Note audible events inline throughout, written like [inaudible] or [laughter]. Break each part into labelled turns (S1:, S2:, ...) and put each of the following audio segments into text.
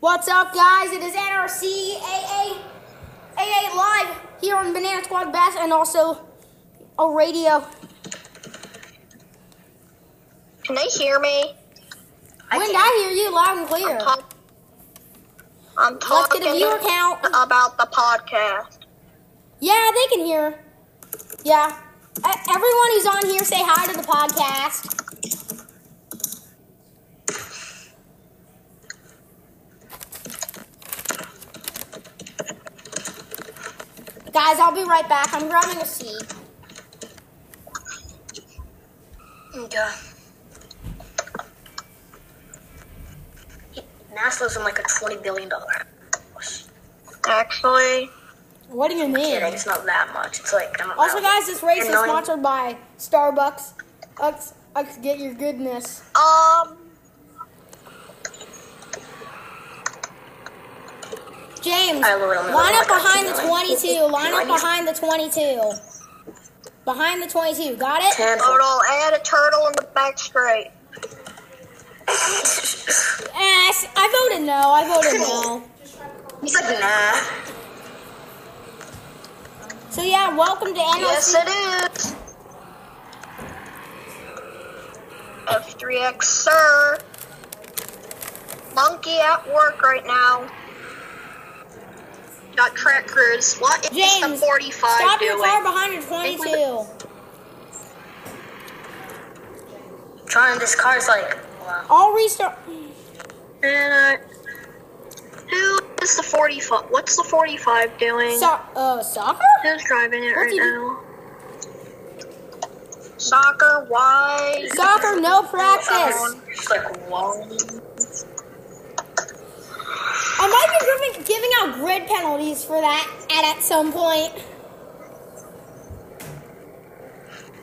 S1: What's up, guys? It is NRCAA AA live here on Banana Squad Bass and also a radio.
S2: Can they hear me?
S1: When Wind, I hear you loud and clear.
S2: Talk- I'm
S1: Let's
S2: talking
S1: get a viewer count.
S2: about the podcast.
S1: Yeah, they can hear. Yeah. E- Everyone who's on here, say hi to the podcast. Guys, I'll be right back. I'm grabbing a seat.
S2: Yeah. NASA's in like a twenty billion dollar house. Actually,
S1: What do you mean?
S2: kidding. It's not that much. It's like I don't
S1: Also,
S2: know.
S1: guys, this race is
S2: Annoying.
S1: sponsored by Starbucks. Ux, ux, get your goodness.
S2: Um.
S1: James,
S2: I literally don't know
S1: line up
S2: what I
S1: behind
S2: got
S1: the
S2: to
S1: 22.
S2: [laughs]
S1: Line up
S2: I need-
S1: behind the 22. Behind the 22. Got it?
S2: Turtle. Add a turtle in the back straight.
S1: Yes. I voted no. I voted no.
S2: He's like, nah.
S1: So, yeah, welcome to NRC.
S2: Yes, it is. F3X, sir. Monkey at work right now. Got track crews. What is the
S1: James,
S2: 45
S1: stop
S2: doing?
S1: your car behind the 22.
S2: Trying this car's like, wow.
S1: I'll restart.
S2: And, uh, who is the 45? What's the 45 doing?
S1: So, uh, soccer?
S2: Who's driving it
S1: What
S2: right
S1: did you-
S2: now? Soccer, why?
S1: Soccer,
S2: Oh,
S1: no practice.
S2: like, why?
S1: I might be giving, giving out grid penalties for that at, at some point.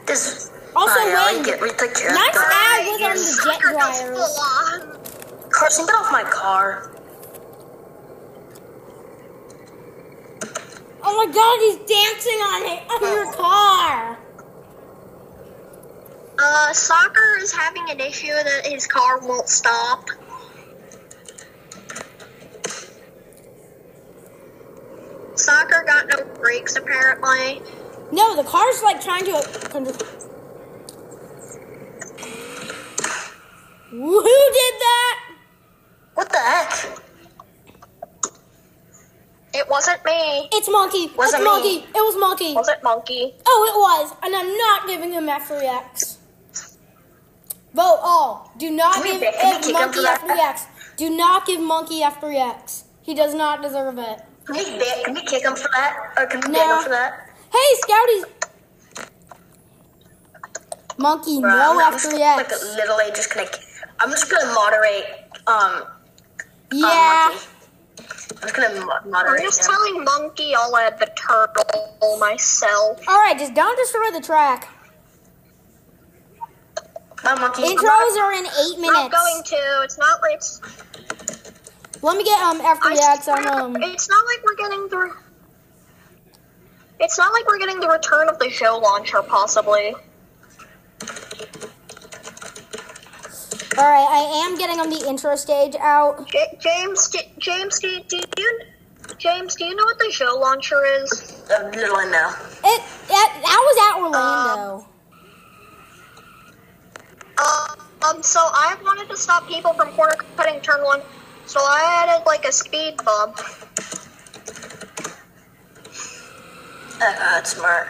S2: This
S1: Also,
S2: I
S1: when-
S2: like it. We took care
S1: Nice
S2: of that.
S1: ad was on the jet dryers.
S2: Carson, get off my car.
S1: Oh my god, he's dancing on it on your car.
S2: Uh, soccer is having an issue that his car won't stop. Soccer got no brakes apparently.
S1: No, the car's like trying to. Who did that?
S2: What the heck? It wasn't me.
S1: It's monkey.
S2: Was
S1: it's
S2: it me?
S1: monkey. It was monkey.
S2: Was it monkey?
S1: Oh, it was, and I'm not giving him F3X. Vote all. Do not
S2: Give me
S1: give,
S2: back. Let me
S1: give
S2: kick him
S1: monkey
S2: to that.
S1: F3X. Do not give monkey F3X. He does not deserve it.
S2: Can we, ba- can we kick him for that? Or can we
S1: No.
S2: ban him for that?
S1: Hey, Scouty. Monkey,
S2: Bruh,
S1: no
S2: I'm just, Like
S1: F3X.
S2: literally just gonna. I'm just gonna moderate. Um.
S1: Yeah.
S2: monkey. I'm just gonna mo- moderate.
S3: I'm just
S2: him.
S3: telling Monkey I'll add the turtle myself.
S1: All right, just don't destroy the track.
S2: Bye, monkey.
S1: Intros are in eight
S3: Not
S1: minutes.
S3: going to. It's not like it's.
S1: Let me get um
S3: I
S1: FBX
S3: swear,
S1: on um.
S3: It's not like we're getting the. re- It's not like we're getting the return of the show launcher, possibly.
S1: All right, I am getting on the intro stage out.
S3: J- James, J- James, do, do you, James, do you know what the show launcher is?
S2: Uh, literally no.
S1: It that, that was at Orlando.
S3: Um, um, so I wanted to stop people from corner cutting turn one, so I added like a speed bump.
S2: Uh, that's smart.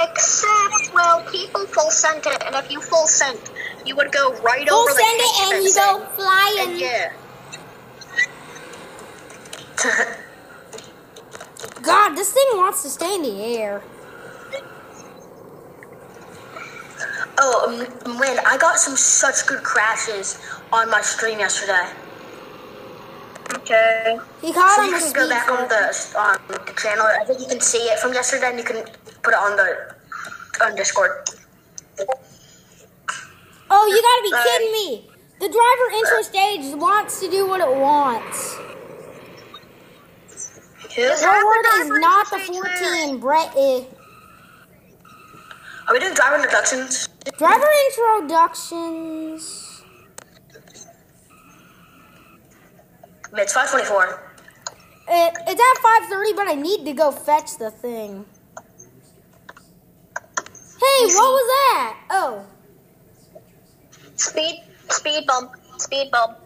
S3: Except, well, people full sent it, and if you full sent, you would go right
S1: We'll
S3: over the
S1: send it
S3: kitchen
S1: and you
S3: sink.
S1: go flying.
S3: And yeah.
S1: God, this thing wants to stay in the air.
S2: oh, um, Win, I got some such good crashes on my stream yesterday.
S3: Okay.
S1: He caught
S2: So
S1: on
S2: you
S1: the
S2: can go
S1: speed
S2: back on
S1: first.
S2: the on the channel. I think you can see it from yesterday, and you can put it on the on Discord.
S1: Oh, you gotta be
S2: Uh,
S1: kidding me! The driver
S3: uh,
S1: intro stage wants to do what it wants.
S3: Is
S1: Your
S3: that
S1: word
S3: the
S1: is
S3: driver
S1: not the
S3: stage there?
S1: 14, Brett. eh. Is.
S2: Are we doing driver introductions?
S1: Driver introductions.
S2: It's 524.
S1: It, it's at five thirty, but I need to go fetch the thing. Hey, what was that? Oh,
S3: Speed, speed bump, speed bump.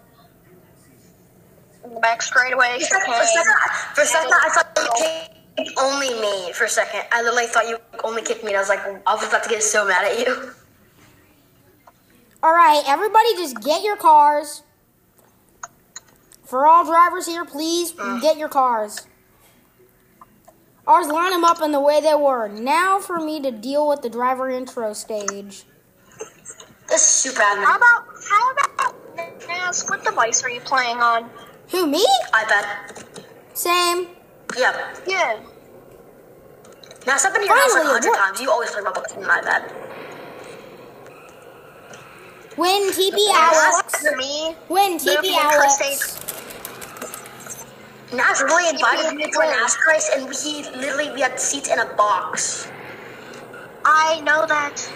S3: Back straightaway.
S2: For a second, for a second I thought you kicked only me. For a second, I literally thought you only kicked me, and I was like, I was about to get so mad at you.
S1: all right, everybody, just get your cars. For all drivers here, please get your cars. Ours line them up in the way they were. Now for me to deal with the driver intro stage.
S2: This is super admin.
S3: How about how about can I ask what device are you playing on?
S1: Who me?
S2: iPad.
S1: Same.
S2: Yeah.
S3: Yeah.
S2: Now something your house like a
S1: Finally,
S2: hundred
S1: what-
S2: times. You always play Roblox on an iPad.
S1: Win TP
S3: Ask
S1: Alex.
S3: me.
S1: Win
S3: Movie
S1: TP
S3: and
S1: Alex.
S3: Crusade.
S2: Nas really invited
S3: you
S2: me to an
S3: play.
S2: ass race, and we literally we had seats in a box.
S3: I know that.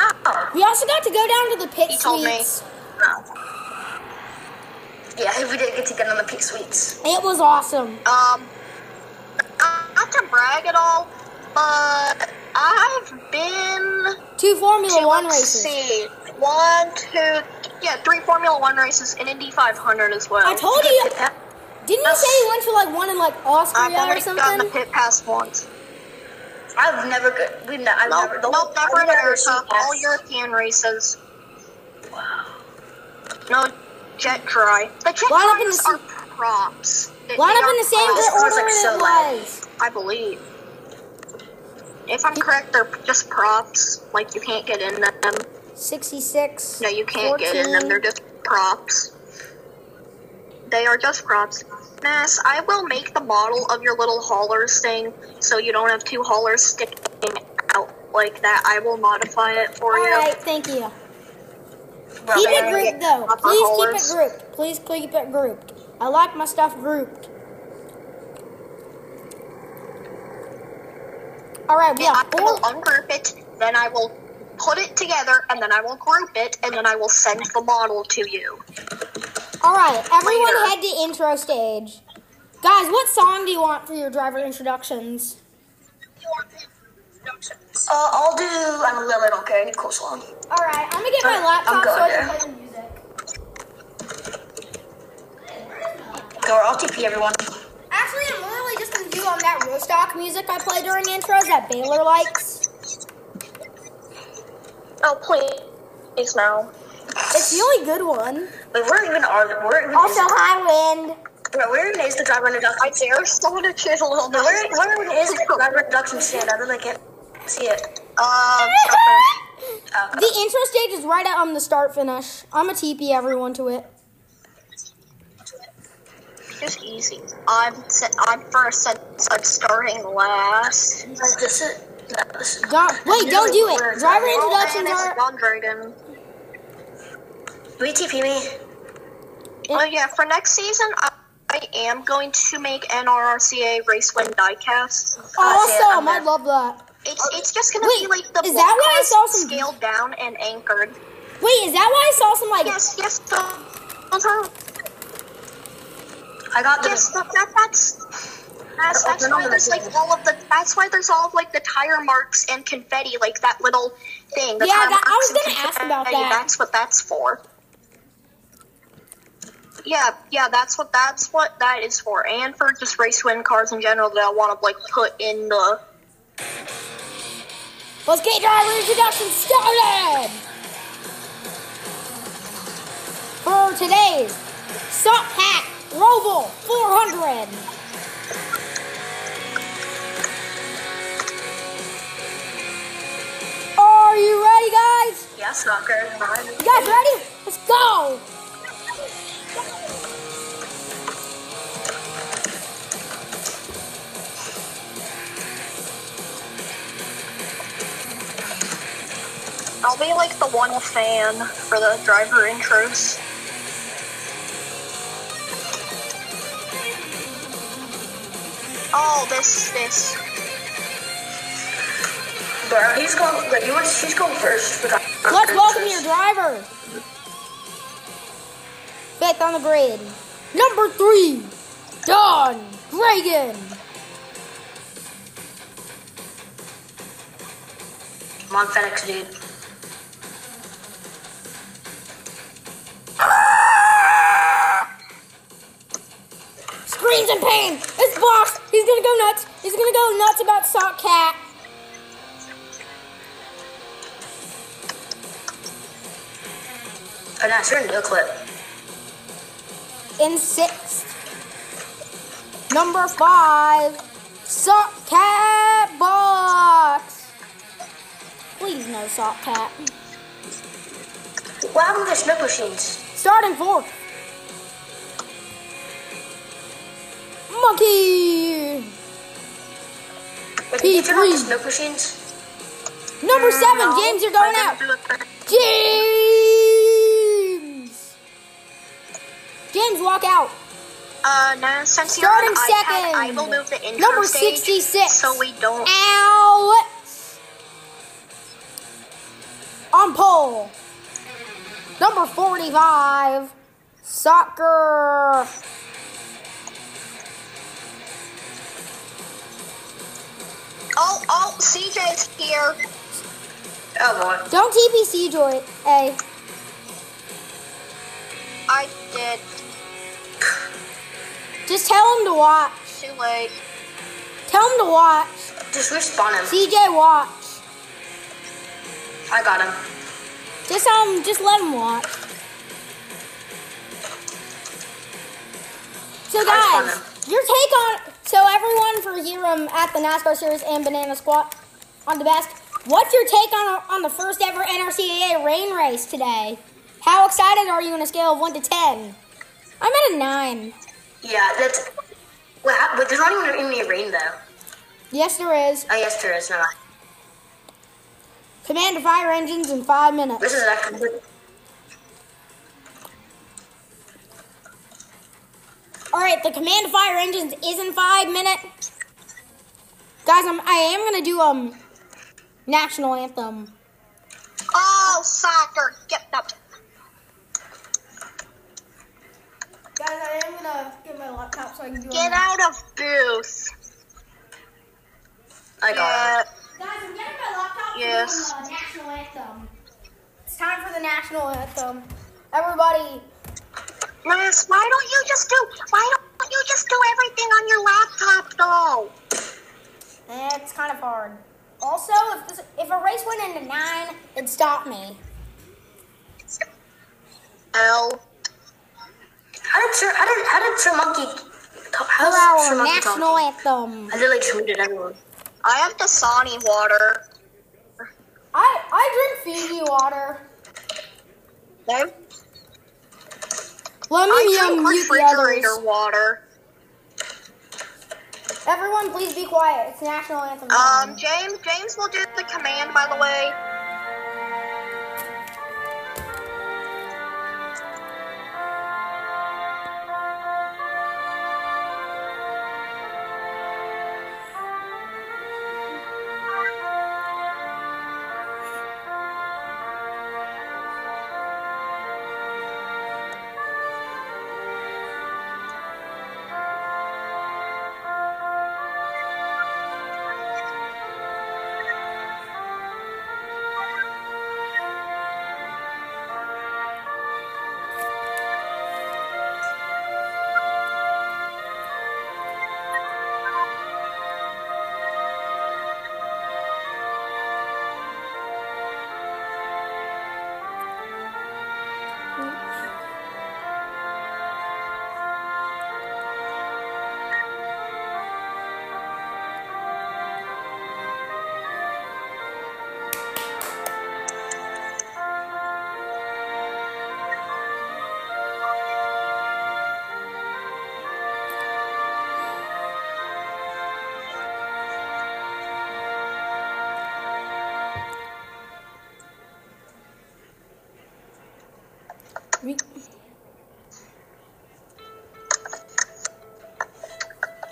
S2: Ow.
S1: We also got to go down to the pit
S3: He told me.
S1: suites.
S2: Yeah, we didn't get to get on the pink suites.
S1: It was awesome.
S3: Um, uh, not to brag at all, but I've been
S1: Two Formula
S3: to
S1: One
S3: let's
S1: races.
S3: see, one, two, yeah, three Formula One races and Indy 500 as well.
S1: I told
S2: Get
S1: you.
S2: Pit Pat.
S1: Didn't you say you went to like one in like
S3: I've
S1: Austria or
S3: already gotten the
S1: something?
S3: pit pass once.
S2: I've never. go- We've ne- I've
S3: Nope,
S2: never. the
S3: nope,
S2: whole-
S3: never
S2: I've
S3: in America.
S2: seen
S3: All
S2: ass-
S3: European races.
S2: Wow.
S3: No jet dry. The jet
S1: Line up in the
S3: dries
S1: sa-
S3: are props. They-
S1: Line
S3: they
S1: up in
S3: are
S1: the same
S3: props,
S1: good
S2: was,
S1: order
S2: like, so
S1: it
S2: loud.
S1: was.
S3: I believe. If I'm correct, they're just props. Like you can't get in them.
S1: Sixty-six.
S3: No, you can't get in them.
S1: 14.
S3: They're just props. They are just props. Mass, I will make the model of your little haulers thing so you don't have two haulers sticking out like that. I will modify it for
S1: All
S3: you.
S1: right, thank you.
S2: Well,
S1: Keep it
S2: man.
S1: grouped though.
S3: Upper
S1: Please keep it
S3: holders.
S1: grouped. Please keep it grouped. I like my stuff grouped. All right, we
S3: I
S1: have
S3: will
S1: four.
S3: ungroup it, then I will put it together, and then I will group it, and then I will send the model to you.
S1: All right, everyone
S2: Later.
S1: head to intro stage. Guys, what song do you want for your driver introductions?
S2: Uh, I'll do. I'm a little. I don't care. Any cool song.
S1: All right, I'm gonna get my
S2: I'm-
S1: laptop
S2: I'm
S1: so I
S2: good.
S1: can play the music.
S2: Go RTP, everyone.
S1: Actually, I'm literally just gonna do on that Rostock music I play during intros that Baylor likes.
S3: Oh, please. Please, no.
S1: It's a really good one.
S2: Wait, where even are? Where even
S1: Also,
S2: is?
S1: hi, Wind.
S2: Where, where even is the driver introduction?
S3: I dare someone to choose a little
S2: No,
S3: bit.
S2: where, where even is the driver introduction stand? I really can't see it. Um,
S3: Uh,
S2: Uh,
S1: The intro stage is right at um, the start finish. I'm a TP everyone to it.
S3: just easy. I'm se- I'm first, and I'm starting last.
S2: this is. no, this is-
S1: Don't, wait, don't do it. Driver
S3: Oh,
S1: introductions
S3: man,
S1: are.
S3: it's one dragon.
S2: Will you TP me?
S3: Oh yeah, for next season, I, I am going to make NRRCA race win diecast.
S1: Awesome, I love that.
S3: It's it's just gonna be
S1: Oh, Wait,
S3: like the
S1: is that why I
S3: broadcast
S1: saw some-
S3: scaled down and anchored?
S1: Wait, is that why I saw some like?
S3: Yes, yes, the, the-
S2: I got the.
S3: yes, the, that, that's that's, that's
S2: Open
S3: why
S2: on
S3: there's
S2: that.
S3: like all of the that's why there's all of like the tire marks and confetti, like that little thing. The
S1: Yeah,
S3: tire
S1: that- I
S3: marks
S1: was
S3: and
S1: gonna ask about
S3: confetti,
S1: that.
S3: That's what that's for. Yeah, yeah, that's what that's what that is for, and for just race win cars in general that I want to like put in the.
S1: Let's get driver introductions started. For today's Sup Hack Roval 400. Are you ready, guys?
S2: Yeah, soccer.
S1: You guys ready? Let's go!
S3: I'll be like the one fan for the driver intros. Oh, this this
S2: Bro, he's going. Like, you want? She's going first.
S1: Let's welcome your driver. Fifth on the grid. Number three, Don Reagan.
S2: I'm on FedEx, dude.
S1: Screams in pain. It's boss. He's gonna go nuts. He's gonna go nuts about Sock Cat.
S2: Oh, no, it's turning into a clip.
S1: in sixth. Number five, Sock Cat Box. Please no Sock Cat.
S2: What happened to the smoke machines?
S1: Starting fourth, Monkey.
S2: Wait, did you turn on the
S1: P3.
S2: smoke machines?
S1: Number seven, James, you're going out. James. James, walk out.
S3: Uh, no, since you're
S1: Starting
S3: on iPad,
S1: second.
S3: I will move the intro
S1: Number
S3: stage
S1: 66.
S3: so we don't.
S1: Alex on pole. Number 45, soccer.
S3: Oh, oh, CJ's here.
S2: Oh, boy.
S1: Don't TPC joy. A.
S3: I did.
S1: Just tell him to watch.
S3: Too late.
S1: Tell him to watch.
S2: Just respawn him.
S1: CJ, watch.
S2: I got him.
S1: Just tell him, just let him watch. So
S2: I
S1: guys,
S2: just
S1: your take on so everyone for here um, at the NASCAR Series and Banana Squat on the best. What's your take on on the first ever NRCAA rain race today? How excited are you on a scale of one to ten? I'm at a nine.
S2: Yeah, that's. What hap- Wait, there's not even any rain, though.
S1: Yes, there is.
S2: Oh, yes, there is. No,
S1: Command to fire engines in five minutes.
S2: this is actually.
S1: All right, the command to fire engines is in five minutes. Guys, I'm I am gonna do um national anthem.
S3: Oh, soccer. Get up.
S1: Guys, I am gonna get my laptop so I can do
S3: Get out of booth.
S2: I got him.
S3: Yeah.
S1: Guys, I'm getting my laptop for
S3: Yes.
S1: the national anthem. It's time for the national anthem. Everybody,
S3: Liz, why don't you just do? Why don't you just do everything on your laptop though?
S1: eh, it's kind of hard. Also, if this, if a race went into nine, it'd stop me.
S3: L.
S2: How did Sir, how did, how did Sir Monkey. How does Sir
S1: Hello,
S2: Monkey
S1: national
S2: talk?
S1: anthem.
S2: I literally tweeted everyone.
S3: I have Dasani water.
S1: I I drink Fiji water.
S3: Okay.
S1: Let me
S3: I
S1: um,
S3: drink
S1: mute the others.
S3: refrigerator water.
S1: Everyone, please be quiet. It's national anthem.
S3: Um,
S1: time.
S3: James, James will do the command. By the way,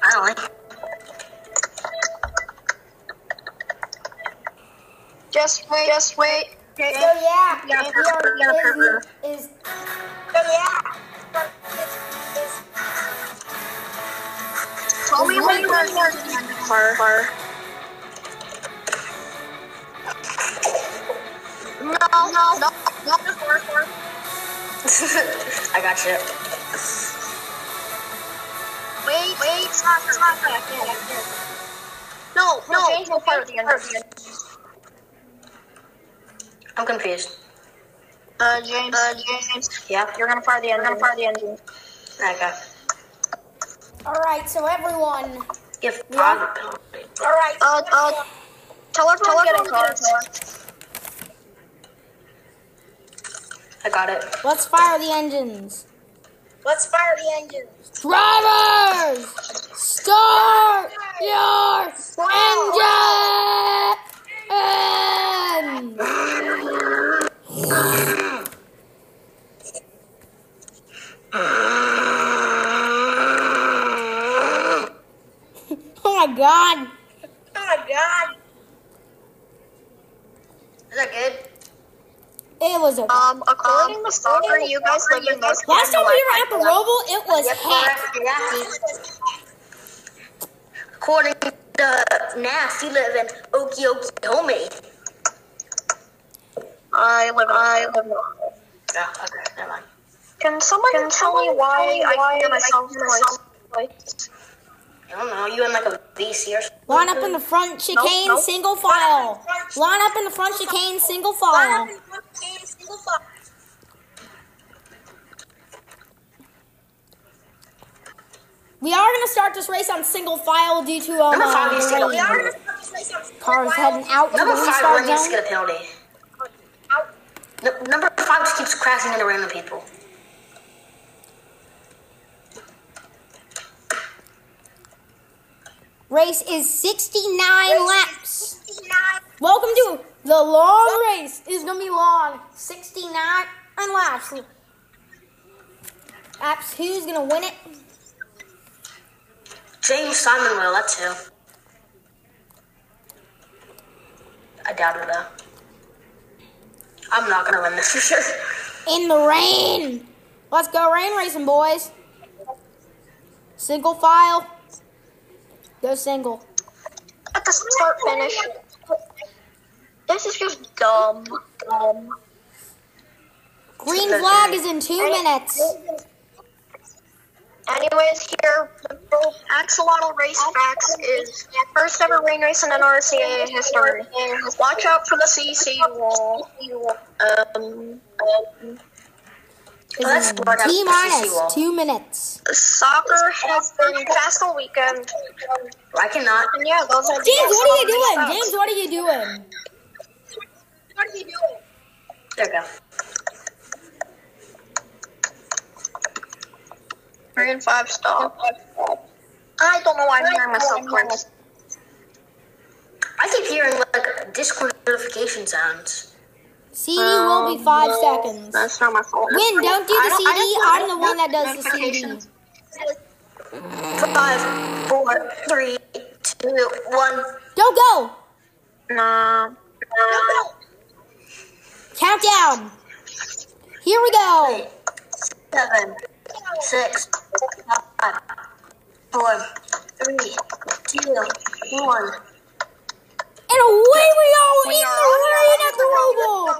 S2: I don't like
S3: just wait, just wait.
S1: So yeah,
S3: Yeah.
S1: NPR is, is
S3: yeah. Tell me when you are car. No, no, no, no, four, four.
S2: [laughs] I got you.
S3: Wait, wait, it's not, it's not that. Yeah, yeah. No, no,
S2: change the
S3: no,
S2: part at the end. I'm confused.
S3: Uh, James, uh, James,
S2: Yeah.
S3: you're gonna fire the engine. You're gonna fire the engine.
S2: Okay.
S1: Alright, so everyone.
S2: Give
S1: Yeah.
S2: Pog-
S3: Alright. Uh, uh, tell everyone to
S2: Tell
S3: get
S2: everyone
S3: in
S2: to get in
S3: cars.
S2: I got it.
S1: Let's fire the engines.
S3: Let's fire the engine.
S1: Drivers! Start your engine! [laughs] Oh my god!
S3: Oh my god.
S2: Is that good?
S1: It was a.
S3: Um, according to Stalker, you guys live in North
S1: Um, Last time we were at the Roval, it was heck.
S2: According to Nas, you live in Okie Okie
S3: I live. I live.
S2: Oh, okay, never mind.
S3: Can someone tell me why I hear myself twice?
S2: I don't know. You in like a VC or something?
S1: Line up in the front chicane,
S3: nope.
S1: single file. Line up in the front chicane, single file. We are gonna start this race on single file due to um,
S2: Number five
S1: uh,
S2: needs to get a
S1: rain.
S2: penalty.
S1: cars heading out to the
S2: Number five
S1: restart
S2: one needs to
S1: zone.
S2: get a penalty. N- number five just keeps crashing into random people.
S1: Race is 69 laps. Welcome to the long race. Is gonna be long. 69 laps. Laps. Who's gonna win it?
S2: James Simon will, that's who. I doubt it though. I'm not gonna win this for sure.
S1: In the rain. Let's go rain racing, boys. Single file. Go single.
S3: At the start finish. This is just dumb. Dumb.
S1: Green flag is in two minutes.
S3: Anyways, here, Axolotl Race Facts is first ever rain race in NRCA history. Watch out for the CC wall. Um, um,
S1: Is
S2: Let's
S1: in
S2: board up
S1: T
S2: the CC wall.
S1: minus two minutes.
S3: soccer has been fast all weekend.
S2: I cannot.
S3: And yeah, those are the
S1: James, what are you
S3: Axolotl
S1: doing?
S3: race
S1: James, what are you doing?
S3: facts. What are you doing?
S2: There we go.
S3: Three and five stop. I don't know why I'm hearing myself clicking.
S2: I keep hearing like Discord notification sounds.
S1: CD will be five seconds.
S3: Um, That's not my fault.
S1: Win, don't do the
S3: I I
S1: CD.
S3: don't-
S1: I'm the one that does the CD.
S3: notifications.
S2: Five, four, three, two, one.
S1: Go, go!
S3: Nah. Nah.
S1: Countdown! Here we go!
S2: seven, six, five, four, three, two, one.
S1: And away we go in the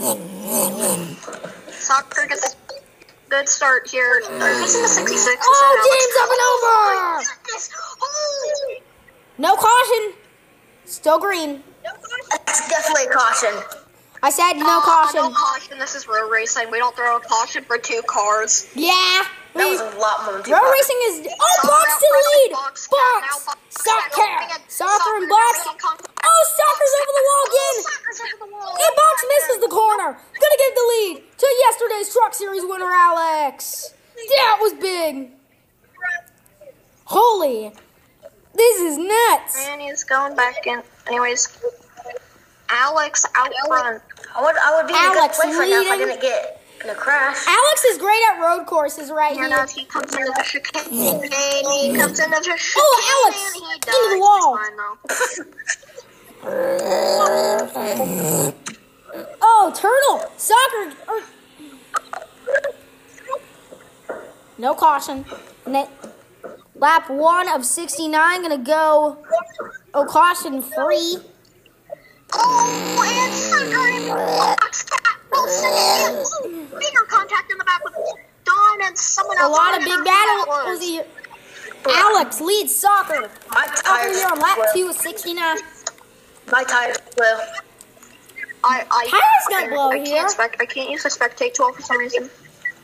S1: rain at the Robo!
S3: Soccer gets good start here. This is the 66.
S1: Oh, James,
S3: James,
S1: up and over! No caution! Still green.
S2: That's definitely a caution.
S1: Uh, I said no
S3: Ah, No
S1: caution.
S3: caution. This is road racing. We don't throw a caution for two cars.
S1: Yeah!
S2: That
S1: we-
S2: was a lot more. than
S1: Road
S2: two
S1: racing is. Oh, Box to lead! Box! Soccer! Soccer and Box! Oh, Soccer's over the wall again! And Box misses the corner! Gonna give the lead to yesterday's Truck Series winner, Alex! That was big! Holy! This is nuts!
S3: And he's going back in. Anyways, Alex out front.
S2: I would, I would be in a good
S1: Alex
S2: place right now if I
S1: leading.
S2: didn't get in a crash.
S1: Alex is great at road courses right
S3: And
S1: here.
S3: as he comes into the chicane, he comes into the chicane.
S1: Oh, Alex!
S3: and he
S1: Into
S3: dies.
S1: the wall.
S3: It's fine, though.
S1: Oh, Turtle! Soccer! er- No caution. Ne- Lap one of 69, gonna go Okoshin free.
S3: Oh, and Sundering blocks Cat Wilson. Bigger contact in the back with Dawn and someone
S1: A
S3: else.
S1: lot
S3: I
S1: of
S3: don't
S1: big
S3: know who that
S1: battles.
S3: was.
S1: here. Alex leads soccer.
S2: My
S1: Over
S2: tires.
S1: here on lap
S2: will-
S1: two of 69.
S2: My tires will.
S3: I, I,
S1: Tires
S3: I,
S1: don't blow
S3: I can't
S1: here.
S3: spec- I can't use the spectate tool for some reason.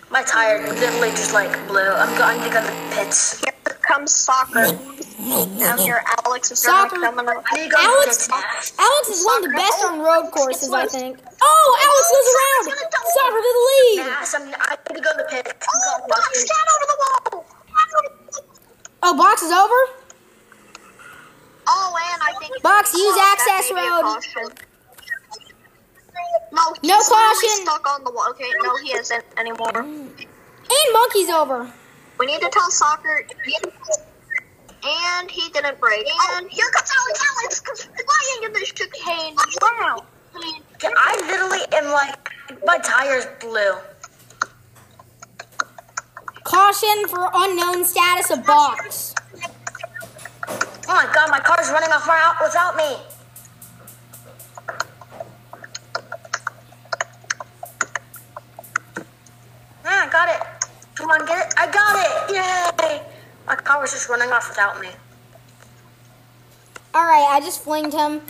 S2: My tire literally just like blew. I'm going to go to the pits.
S3: Here comes soccer. Now here, Alex is
S1: Soccer.
S3: Gonna come
S2: I need to
S3: and
S2: go to the
S1: Alex-
S2: pits now.
S1: Alex is one of the best on road courses, I think. Oh, Alex goes around. Soccer to the lead.
S2: Yes, I'm, I need to go to the pits.
S3: Oh, box cat over the wall.
S1: Oh, box is over?
S3: Oh, and I think
S1: Box, use
S3: Oh, that
S1: access
S3: may be a
S1: road.
S3: caution. No,
S1: No
S3: he's literally
S1: caution.
S3: Stuck on the wall. Okay, no, he isn't anymore.
S1: And monkey's over.
S3: We need to tell soccer. And he didn't break. And here comes Alex. Alex comes flying in the chicane. Wow.
S2: Okay, I literally am like, my tires blew.
S1: Caution for unknown status of box.
S2: Oh my god, my car's running off my, without me. Ah, I got it. Come on, get it. I got it. Yay. My car was just running off without me.
S1: All right, I just flinged him.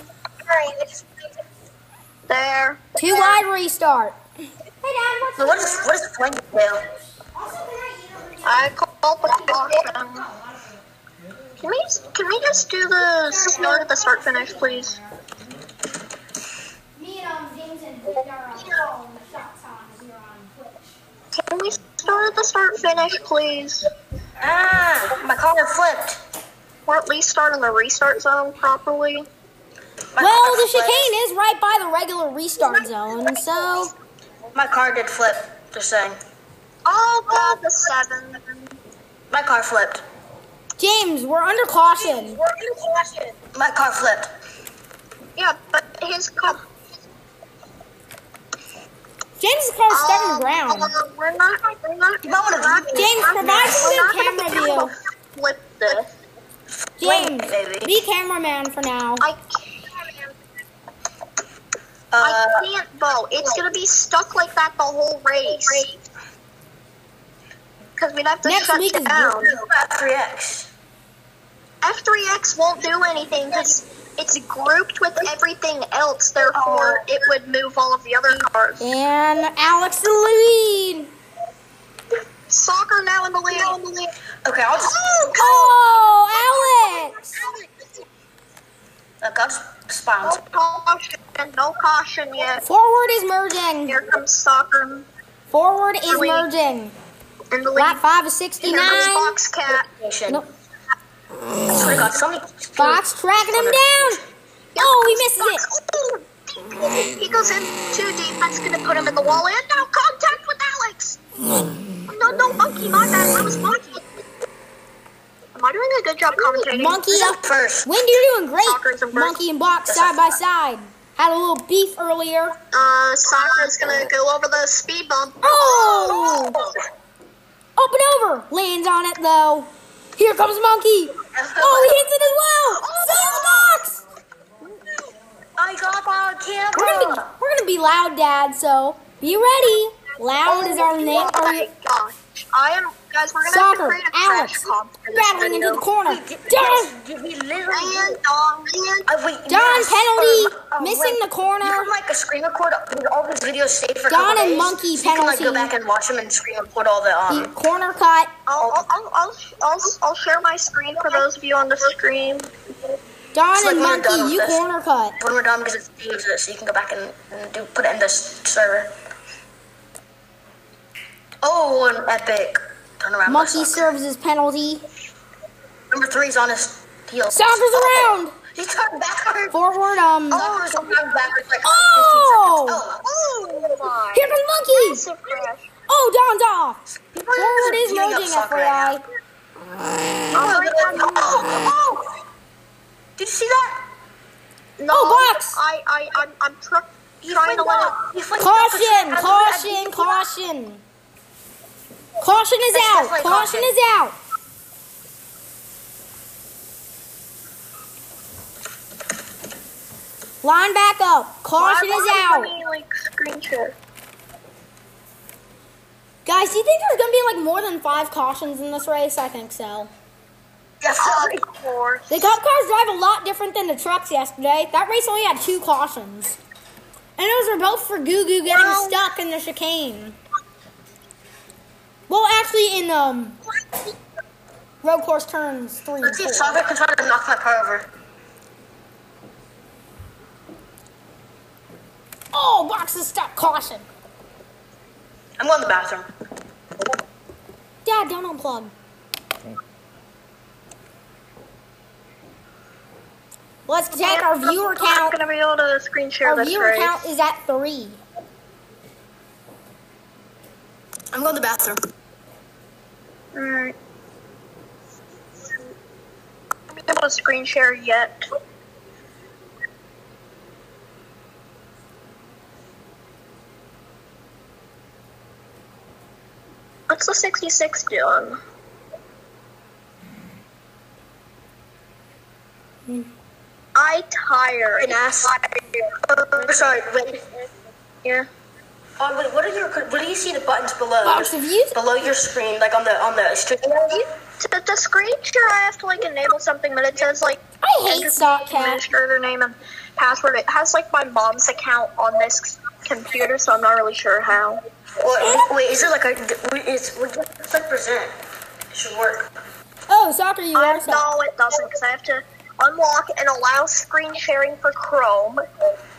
S3: There.
S1: Two wide restart. Hey, Dad, what's
S2: So what is what is flank do?
S3: I called the caution. Can we can we just do the start at the start finish, please?
S1: Me and um, James and Vic are on shots on here on Twitch.
S3: Can we start at the start finish, please?
S2: Ah, my car flipped.
S3: Or at least start in the restart zone properly.
S2: My
S1: Well,
S2: car
S1: the
S2: flipped.
S1: chicane is right by the regular restart zone, so
S2: My car did flip. Just saying.
S3: Oh god, the seven.
S2: My car flipped.
S1: James, we're under caution.
S2: My car flipped.
S3: Yeah, but his car.
S1: James' car's stuck in the ground.
S3: um, we're not. We're not.
S2: You might wanna-
S1: James, provide some
S3: We're
S1: good
S3: not gonna
S1: camera
S3: be able
S1: view.
S3: to Flip this.
S1: James,
S2: Wait, baby.
S1: be cameraman for now.
S3: I can't.
S2: Uh,
S3: I can't vote. It's gonna be stuck like that the whole race. Because we'd have to
S1: Next
S3: shut
S1: week is
S3: down.
S2: three X.
S3: F3X won't do anything because it's grouped with everything else. Therefore, it would move all of the other cars.
S1: And Alex the lead.
S3: Soccer now in the lead.
S2: Okay, I'll just
S1: Oh, Alex!
S2: look. I'll just spawn.
S3: No caution. No caution yet.
S1: Forward is merging.
S3: Here comes soccer
S1: Forward is
S3: Wait.
S1: merging.
S3: in the lead.
S1: Lap five is
S3: Here comes
S1: 69.
S3: Box Cat.
S1: No.
S2: I swear to God, so many.
S1: Box tracking him down.
S3: Here
S1: Oh, he
S3: comes
S1: misses
S3: Box. Oh, He goes in too deep. That's gonna put him in the wall. And now contact with Alex. No, no, monkey. My bad. That was monkey. Am I doing a good job commentating?
S1: Monkey up.
S2: First.
S1: Wendy, you're doing
S3: Soccer's
S1: great.
S3: in
S1: Monkey and box side by side. Had a little beef earlier.
S3: Uh, Soccer's gonna go over the speed bump.
S1: Oh! Up and over. Lands on it though. Here comes Monkey. Oh, he hits it as well. Side of the box.
S2: I got on
S1: We're gonna be,
S2: camera.
S1: we're gonna be loud, Dad. So be ready. Loud is our name.
S3: Oh my gosh. I am, guys, we're gonna have to
S1: Soccer,
S3: create a
S1: Alex,
S3: crash comp for this
S1: Battling into
S3: video.
S1: the corner. Done.
S2: Yes, you- we literally.
S3: And, um, and
S2: I wait,
S1: Don
S2: yes.
S1: penalty,
S2: Oh, wait.
S1: missing the corner.
S2: You can like a screen record all these videos saved for a
S1: Don
S2: couple
S1: and
S2: days,
S1: monkey
S2: so you can, like,
S1: penalty.
S2: go back and watch them and screen record all the um.
S1: The corner cut.
S3: I'll, I'll- I'll, I'll, I'll, I'll share my screen for those of you on the stream.
S1: Don and
S2: It's like we're done
S1: Monkey,
S2: with
S1: you
S2: this.
S1: corner cut.
S2: when we're done because it saves it, so you can go back and, and do put it in the s- server. Oh, an epic turnaround. by
S1: Monkey
S2: Sokka.
S1: serves his penalty.
S2: Number three's on his heels.
S1: Soccer's around.
S2: He turned backwards.
S1: Forward, um.
S2: Oh, so he turned backwards like
S1: Oh!
S2: 15
S3: Oh
S2: seconds.
S3: my.
S1: Here comes Monkey.
S3: Massive crash.
S1: Oh, Don's off.
S2: Oh,
S1: Forward is merging, FYI.
S2: Oh, my God. oh, oh! Did you see that?
S3: No,
S1: Oh, box.
S3: I, I, I'm, I'm truck,
S2: He
S3: trying
S2: flicked
S3: to let
S2: off. He flicked off the track.
S1: Caution,
S2: I
S1: caution,
S2: literally-
S1: caution. Caution is
S2: It's
S1: out.
S2: definitely
S1: Caution
S2: caution.
S1: is out. Line back up. Caution
S3: Why-
S1: Oh, is
S3: why
S1: out.
S3: would you, like, screenshot?
S1: Guys, do you think there's gonna be like more than five cautions in this race? I think so.
S3: Of course.
S1: The cop cars drive a lot different than the trucks yesterday. That race only had two cautions. And those were both for Goo Goo getting
S3: Well-
S1: stuck in the chicane. Well, actually, in um, road course turns three and
S2: Let's see if
S1: four.
S2: Sonic can try to knock my car over.
S1: Oh, box is stuck. Caution.
S2: I'm going to the bathroom.
S1: Dad, don't unplug. Let's check our viewer
S3: I'm
S1: count.
S3: not gonna be able to screen share
S1: Our
S3: this
S1: viewer
S3: race.
S1: count is at three.
S2: I'm going to the bathroom.
S3: Alright. I'm not able to screen share yet. What's the 66 doing? I tire.
S2: An ass. Oh, sorry. Wait.
S3: Yeah.
S2: Oh, wait. What are your? What do you see the buttons below?
S1: Box of Oh, views.
S2: Below your screen, like on the on the stream.
S3: To, to screen share, I have to like enable something, but it says like
S1: I hate Sock Cat.
S3: administrator name and password. It has like my mom's account on this computer, so I'm not really sure how.
S2: Well, wait. Is it like a? It's click present. It should work.
S1: Oh, soccer, you
S3: Um,
S1: are soccer.
S3: no, it doesn't, because I have to unlock and allow screen sharing for Chrome,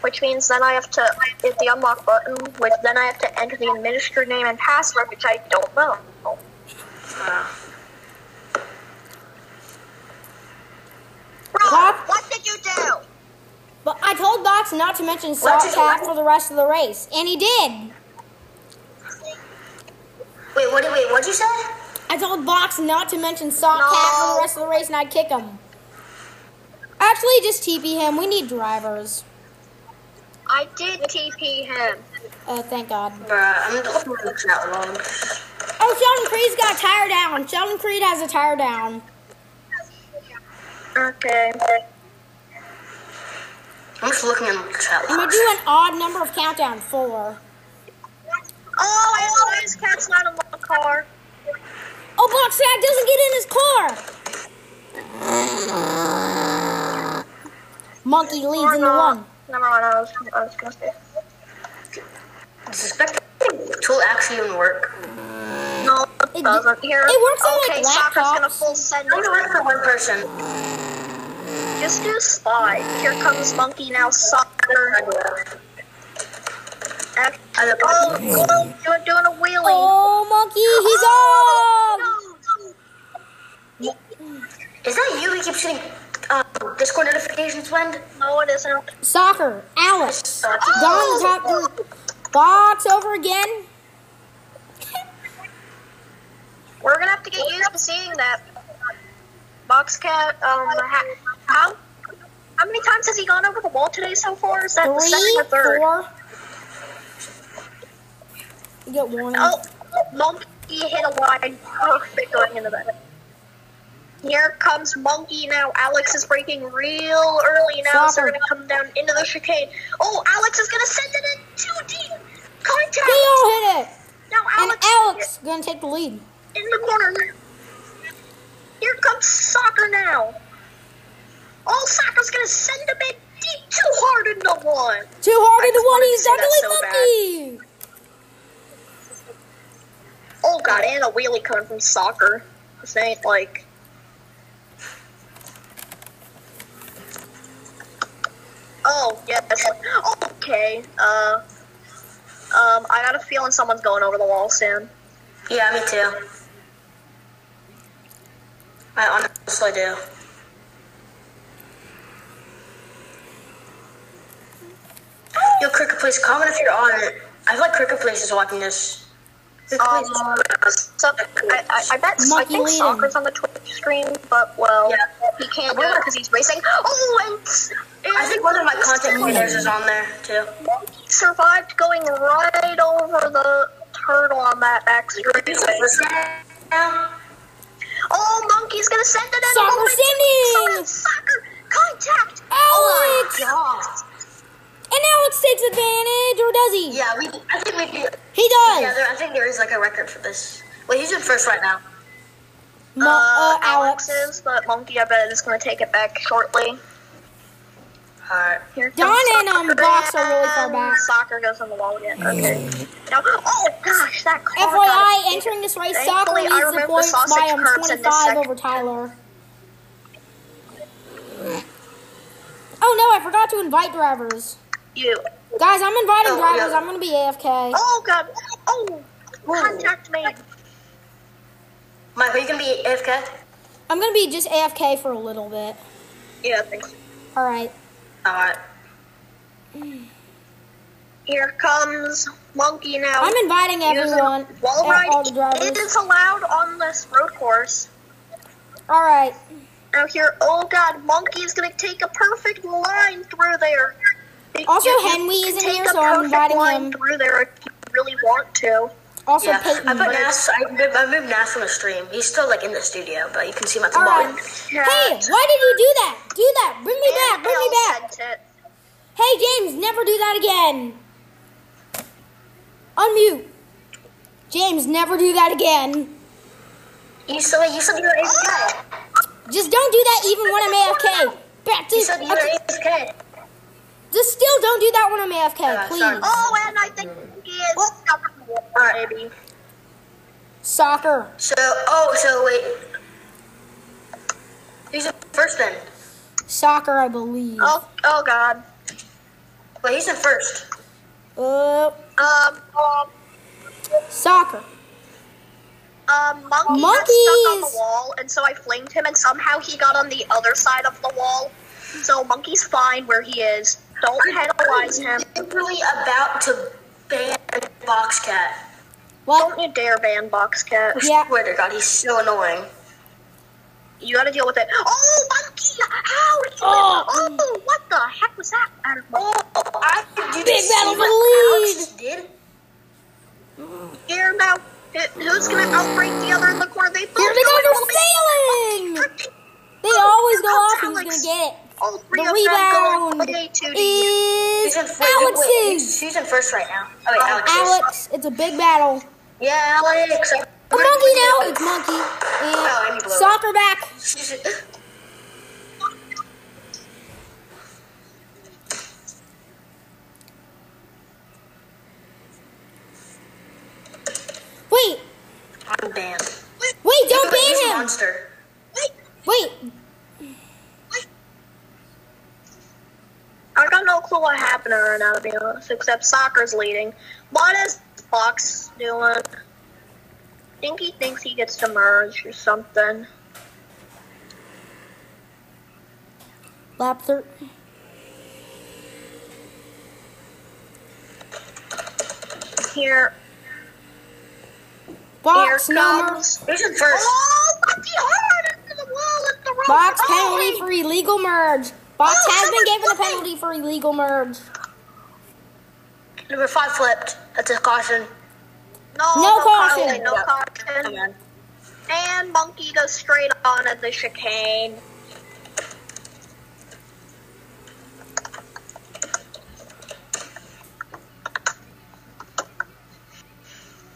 S3: which means then I have to hit the unlock button, which then I have to enter the administrator name and password, which I don't know.
S2: Uh,
S1: Cop-
S3: what did you do?
S1: But I told Box not to mention Sock
S2: did you-
S1: Cat for the rest of the race, and he did.
S2: wait. What? did- Wait. What'd you say?
S1: I told Box not to mention Sock
S3: No.
S1: Cat for the rest of the race, and I'd kick him. Actually, just TP him. We need drivers.
S3: I did TP him.
S1: Oh, thank God.
S2: Bruh, I'm looking at that long.
S1: Oh, Sheldon Creed's got a tire down. Sheldon Creed has a tire down.
S3: Okay.
S2: I'm just looking at the chat
S1: I'm
S2: log.
S1: gonna do an odd number of countdown. Four.
S3: Oh, I always cat's not in my car.
S1: Oh, Box Cat doesn't get in his car. Monkey leads
S3: Or
S1: in the
S3: not.
S1: one.
S3: Never mind, I was, I was gonna say.
S2: Suspect tool actually even work.
S3: No,
S1: It-
S3: it doesn't. Here.
S1: it works on,
S3: okay,
S1: like,
S3: soccer's gonna
S1: laptops.
S3: full send.
S2: Only work for one person.
S3: Just do slide. Here comes monkey now. Soccer. And-
S2: I look-
S3: Oh, oh, you're doing a wheelie.
S1: Oh, Monkey, he's
S3: Oh,
S1: off.
S2: Is that you? We keep shooting uh, Discord notifications, Wend?
S3: No, it isn't.
S1: Soccer, Alex,
S2: Uh,
S3: Oh.
S1: Don the top group. Box over again.
S3: We're gonna have to get used to seeing that. Boxcat. Um, ha- how? How many times has he gone over the wall today so far? Is that the
S1: Three,
S3: second or third?
S1: four. You get one.
S3: Oh, monkey hit a line perfect going into that. Here comes monkey now. Alex is breaking real early now, so
S1: Stop
S3: we're
S1: him.
S3: gonna come down into the chicane. Oh, Alex is gonna send it in too deep. Contact.
S1: They all hit it.
S3: Now
S1: And
S3: Alex,
S1: Alex gonna take the lead.
S3: in the corner. Here comes soccer now. Oh, soccer's gonna send him in deep too hard into one.
S1: Too hard
S3: I
S1: into
S3: just
S1: one.
S3: wanted to
S1: He's definitely
S3: see
S1: monkey.
S3: Oh god, and a wheelie coming from soccer. This ain't like. Oh yes. Okay. Uh. Um. I got a feeling someone's going over the wall soon.
S2: yeah, me too. I honestly do. Yo, Cricket, please comment if you're on it. I feel like Cricket Place is watching this. Cricket
S3: Um.
S2: Place-
S3: So I, I, I bet I
S1: Monkey
S3: think
S1: leading.
S3: soccer's on the Twitch screen, but well,
S2: Yeah.
S3: he can't do it because he's racing. Oh, and, and
S2: I think one of my content creators is on there too.
S3: survived going right over the turtle on that extra.
S2: Now,
S3: Oh, monkey's gonna send it in.
S1: Soccer
S3: Oh,
S1: sending!
S3: Soccer, soccer, contact.
S1: Alex.
S3: Oh my god.
S2: we do
S1: He does.
S2: together? I think there is like a record for this. Wait, he's in first right now.
S1: Mo- uh, Alex.
S3: is, but Monkey, I bet, is going to take it back shortly.
S2: Alright.
S3: Here
S1: Don
S3: comes
S1: and, um,
S3: soccer.
S1: Box are really far back.
S3: Soccer goes on the wall again. Okay. Now, oh gosh, that car. got
S1: FYI,
S3: us.
S1: entering this race,
S3: Thankfully,
S1: Soccer
S3: I
S1: leads the
S3: remember
S1: points
S3: sausage
S1: by um,
S3: curds in this
S1: 25
S3: section.
S1: over Tyler.
S3: Mm.
S1: Oh no, I forgot to invite drivers.
S3: you.
S1: Guys, I'm inviting
S2: Oh,
S1: drivers.
S2: yeah.
S1: I'm gonna be AFK.
S3: Oh god. Oh, contact me.
S2: Michael, you can be AFK?
S1: I'm gonna be just AFK for a little bit.
S3: Yeah, thanks.
S1: Alright.
S2: Alright.
S3: Here comes Monkey now.
S1: I'm inviting
S3: Using
S1: everyone.
S3: Wall
S1: uh, all
S3: ride
S1: the drivers.
S3: it is allowed on this road course.
S1: Alright.
S3: Now here, oh god, Monkey is gonna take a perfect line through there. If
S1: Also,
S3: you
S1: Henry
S3: can
S1: isn't
S3: take
S1: here,
S3: a
S1: so I'm
S3: perfect
S1: inviting
S3: line
S1: him.
S3: through there if you really want to.
S1: Also,
S2: Yeah.
S1: Peyton.
S2: I put Nas I moved, I moved Nas from the stream. He's still like in the studio, but you can see him at the bottom.
S1: Alright. Hey, why did you do that? Do that. Bring me back. Bring me back. Hey, James, never do that again. Unmute. James, never do that again.
S2: You still you said you were AFK.
S1: Just don't do that even when I'm AFK. Back to,
S2: You said you were
S1: okay,
S2: AFK.
S1: just still don't do that when I'm AFK,
S2: Uh, sorry.
S1: please.
S3: Oh, and I think he is number one, maybe.
S1: Soccer.
S2: So oh so wait. He's in first then.
S1: Soccer, I believe.
S3: Oh, oh god.
S2: Wait, he's in first.
S1: Uh,
S3: Um, um,
S1: soccer.
S3: um, monkey got stuck on the
S1: Monkeys!
S3: wall, and so I flamed him, and somehow he got on the other side of the wall. So monkey's fine where he is. Don't penalize him.
S2: Literally about to ban Boxcat.
S1: What?
S3: Don't you dare ban Boxcat.
S1: Yeah.
S2: I swear to God, he's so annoying.
S3: You gotta deal with it. Oh, monkey! Ow! it's a
S1: Oh.
S3: little- oh, what the heck was that? Out of my
S2: Oh, I did
S1: Big battle for
S2: what Alex did.
S3: ear now. Who- Who's gonna outbreak the other in the corner? They both
S1: Here they
S3: go
S1: go,
S3: in all the-
S1: they're sailing! They always go off who's
S3: Alex.
S1: gonna get it.
S3: All three
S1: The
S3: of them
S1: rebound
S3: going way too deep.
S1: is
S2: He's in first. Wait,
S1: Alex's.
S2: he's, he's in first right now. Oh wait, Alex. is.
S1: Alex, it's a big battle.
S2: Yeah, Alex.
S1: The monkey now. It's monkey. And
S2: and he blew it.
S1: soccer back.
S2: [gasps]
S1: Wait,
S2: I'm banned.
S1: wait, don't
S2: oh, He's a
S1: ban him.
S2: monster.
S1: Wait,
S3: I got no clue what happened right now, to be honest, except soccer's leading. What is Fox doing? I think he thinks he gets to merge or something.
S1: lap thirty.
S3: Here,
S1: Box
S3: here
S1: number.
S3: comes.
S2: He's in first.
S3: Oh, monkey hard into the wall at the road.
S1: Box
S3: Oh,
S1: penalty for illegal merge. Box
S3: Oh,
S1: has been
S3: someone's
S1: given a
S3: flipping.
S1: penalty for illegal merge.
S2: Number five flipped. That's a caution.
S3: No,
S1: No caution.
S3: caution. No
S2: Come
S3: caution.
S2: on.
S3: And monkey goes straight on at the chicane.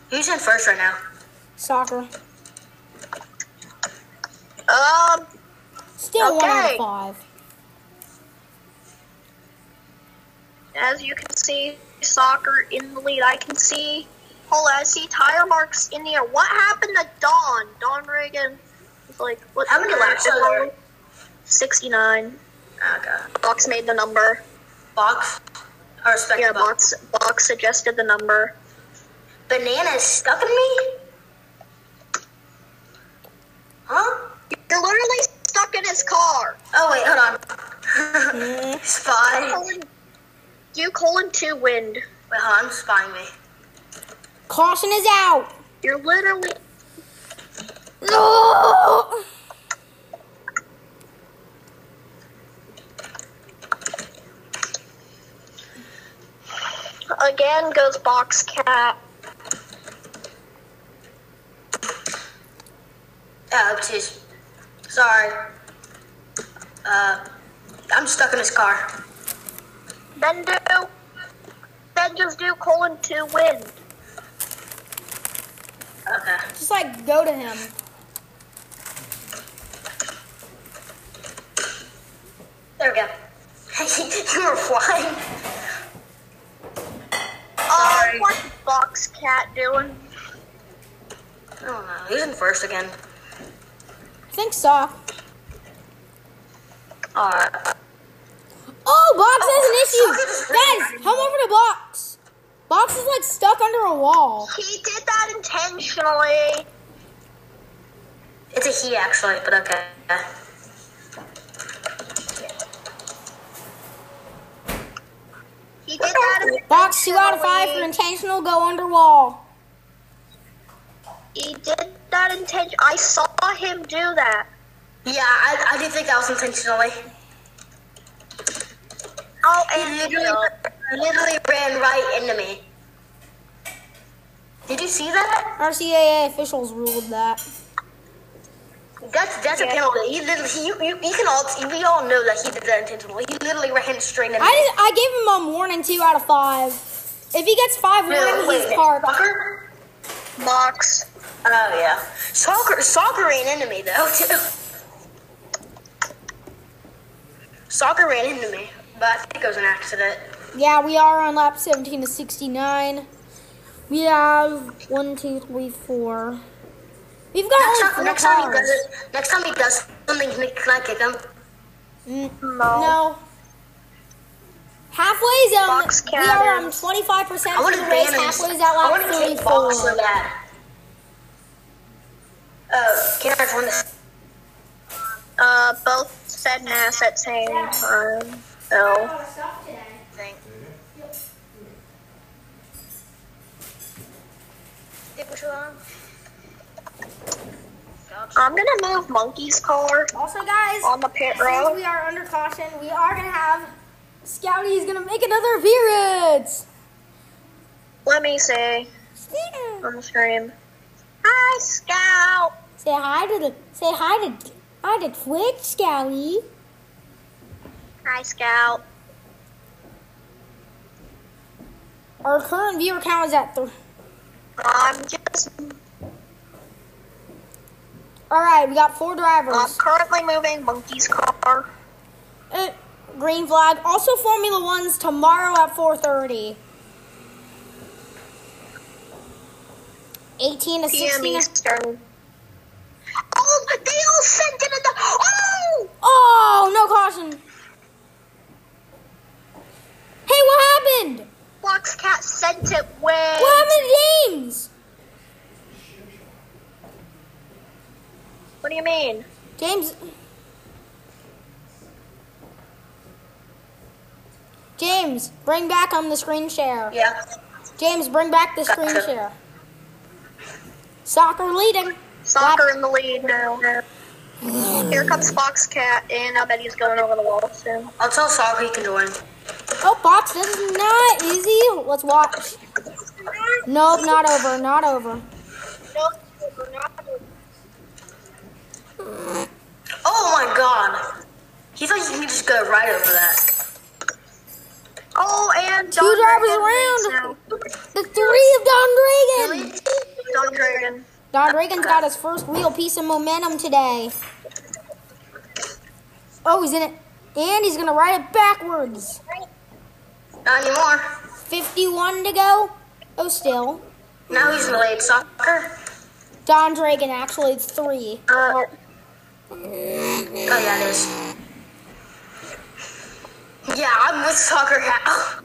S2: He's in first right now.
S1: Soccer.
S3: Um,
S1: Still one out of
S3: Okay.
S1: five.
S3: as you can see, soccer in the lead. I can see. Hold on, I see tire marks in the air. What happened to Don? Don Reagan was like, what?
S2: How many laps are there?
S3: Sixty-nine.
S2: Oh god.
S3: Box made the number.
S2: Box. I respect
S3: Yeah,
S2: box.
S3: Box. Box suggested the number.
S2: Banana is stuck in me? Huh?
S3: You're literally stuck in his car.
S2: Oh wait, [laughs] hold on. Spy.
S3: Colin, you colon two wind.
S2: Wait, hold on, I'm spying me.
S1: Caution is out.
S3: You're literally
S1: No.
S3: again goes box cat.
S2: Oh jeez. Sorry. Uh I'm stuck in this car.
S3: Then do. Then just do colon two wind.
S2: Okay.
S1: Just like go to him.
S2: There we go. [laughs] you were flying.
S3: Uh,
S2: Sorry.
S3: what's Box Cat doing?
S2: I don't know. He's in first again.
S1: I think so.
S2: Uh,
S1: Oh, Box
S2: Oh,
S1: has
S2: so
S1: an issue. Guys, come over to Box. Box is like stuck under a wall.
S3: He did that intentionally.
S2: it's a he actually, but okay.
S3: He
S1: [laughs]
S3: did that.
S1: Box two out of five for intentional go under wall.
S3: He did that intention. I saw him do that.
S2: Yeah, I, I do think that was intentionally.
S3: Oh,
S2: He
S3: and
S2: literally, literally ran right into me. Did you see that?
S1: RCAA officials ruled that.
S2: That's that's a
S3: Yeah.
S2: penalty. He literally, he, you, you, you can all, we all know that he did that intentionally. He literally ran straight into me.
S1: I just, I gave him a warning two out of five. If he gets five
S2: No,
S1: warnings,
S2: wait,
S1: he's parked.
S2: Soccer?
S3: Box.
S2: Oh yeah, soccer. Soccer ran into me though too. Soccer ran into me, but I think it was an accident.
S1: Yeah, we are on lap 17 to 69. We have one, two, three, four. We've
S2: Next
S1: got
S2: time,
S1: only
S2: next
S1: four
S2: time he does
S1: cars.
S2: it, next time he does something, can I kick him?
S1: Mm,
S3: No.
S1: No. Halfway's um,
S3: Box
S1: we are um
S3: cabins.
S1: 25%
S2: I want
S1: through
S2: to
S1: the race.
S2: ban him.
S1: Halfway's at
S2: I
S1: lap
S2: want to take box so
S1: 34.
S2: bad. Oh, can I run this?
S3: Uh, both said Nass at same time. So.
S2: thing. Think we should run?
S3: I'm gonna move Monkey's car
S1: Also, guys,
S3: on the pit
S1: since
S3: road.
S1: we are under caution, we are going to have Scouty's going to make another appearance.
S3: Let me see on the stream. Hi, Scout.
S1: Say hi to the say hi to hi to Twitch Scouty.
S3: Hi, Scout.
S1: Our current viewer count is at three.
S3: I'm just.
S1: All right, we got four
S3: I'm
S1: drivers.
S3: currently moving Monkey's car.
S1: Uh, green flag. Also, Formula One's tomorrow at 4:30. 18 to
S3: PM
S1: 16.
S3: Eastern. Oh, but they all sent it at the. Oh!
S1: Oh no, caution! Hey, what happened?
S3: Fox Cat sent it with.
S1: What happened to James?
S3: What do you mean?
S1: James. James, bring back on the screen share.
S2: Yeah.
S1: James, bring back the screen
S2: Gotcha.
S1: share. Soccer leading.
S3: Soccer in the lead now. Here comes Fox Cat, and I bet he's going over the wall soon.
S2: I'll tell Soccer he can join.
S1: Oh, box this is not easy. Let's watch. Nope, not over. Not over.
S3: No, we're not.
S2: Oh my god. He thought he could just go right over that.
S3: Oh, and
S1: Two drivers around. The three of Don Reagan.
S3: Don Dragon.
S1: Don Reagan's got his first real piece of momentum today. Oh, he's in it. And he's going to ride it backwards.
S2: Not anymore.
S1: 51 to go. Oh, still.
S2: Now he's in the late soccer.
S1: Don Dragon, actually, it's three.
S2: Uh, oh yeah, it is. Yeah, I'm with soccer hat.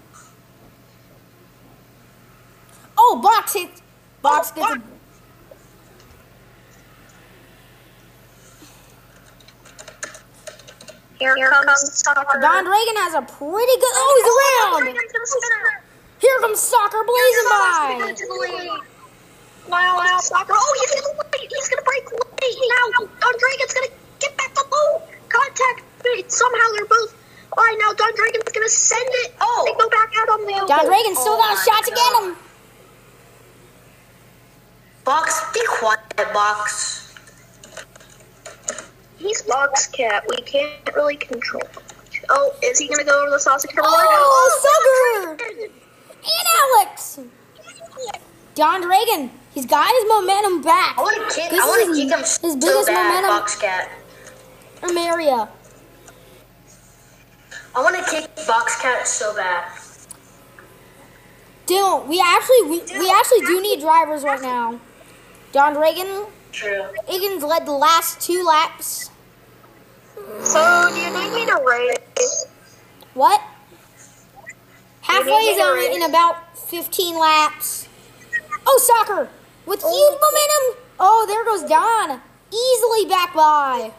S1: Oh, box hits. Box gets a
S3: Here, comes Soccer.
S1: Don Reagan has a pretty good. Oh, he's around! Here comes soccer blazing by!
S3: Wow, wow, Soccer. Oh, he's gonna wait. He's gonna break late now. Don Dragon's gonna get back the ball. Contact. Wait, somehow they're both. All right, now Don Dragon's gonna send it. Oh, they go back out on the.
S1: Don Reagan still
S2: Oh
S1: got a
S2: my
S1: shot to get
S2: God.
S1: him.
S2: Box, be quiet,
S3: Oh,
S2: box.
S3: He's box cat. We can't really control. Oh, is he gonna go over the sausage roll?
S1: Oh, soccer! And Alex! Don Reagan, He's got his momentum back.
S2: I want to kick.
S1: This
S2: I want
S1: is
S2: to kick him
S1: his
S2: so
S1: biggest
S2: bad,
S1: momentum-
S2: Box Cat.
S1: From area.
S2: I want to kick Box Cat so bad.
S1: Dylan, we actually we, we actually do need drivers right now. John Reagan,
S2: True.
S1: Higgins led the last two laps.
S3: So, do you need me to raise?
S1: What?
S3: Reagan
S1: Halfway zone
S3: already.
S1: in about 15 laps. Oh, soccer with huge momentum. Oh, there goes Don, easily back by.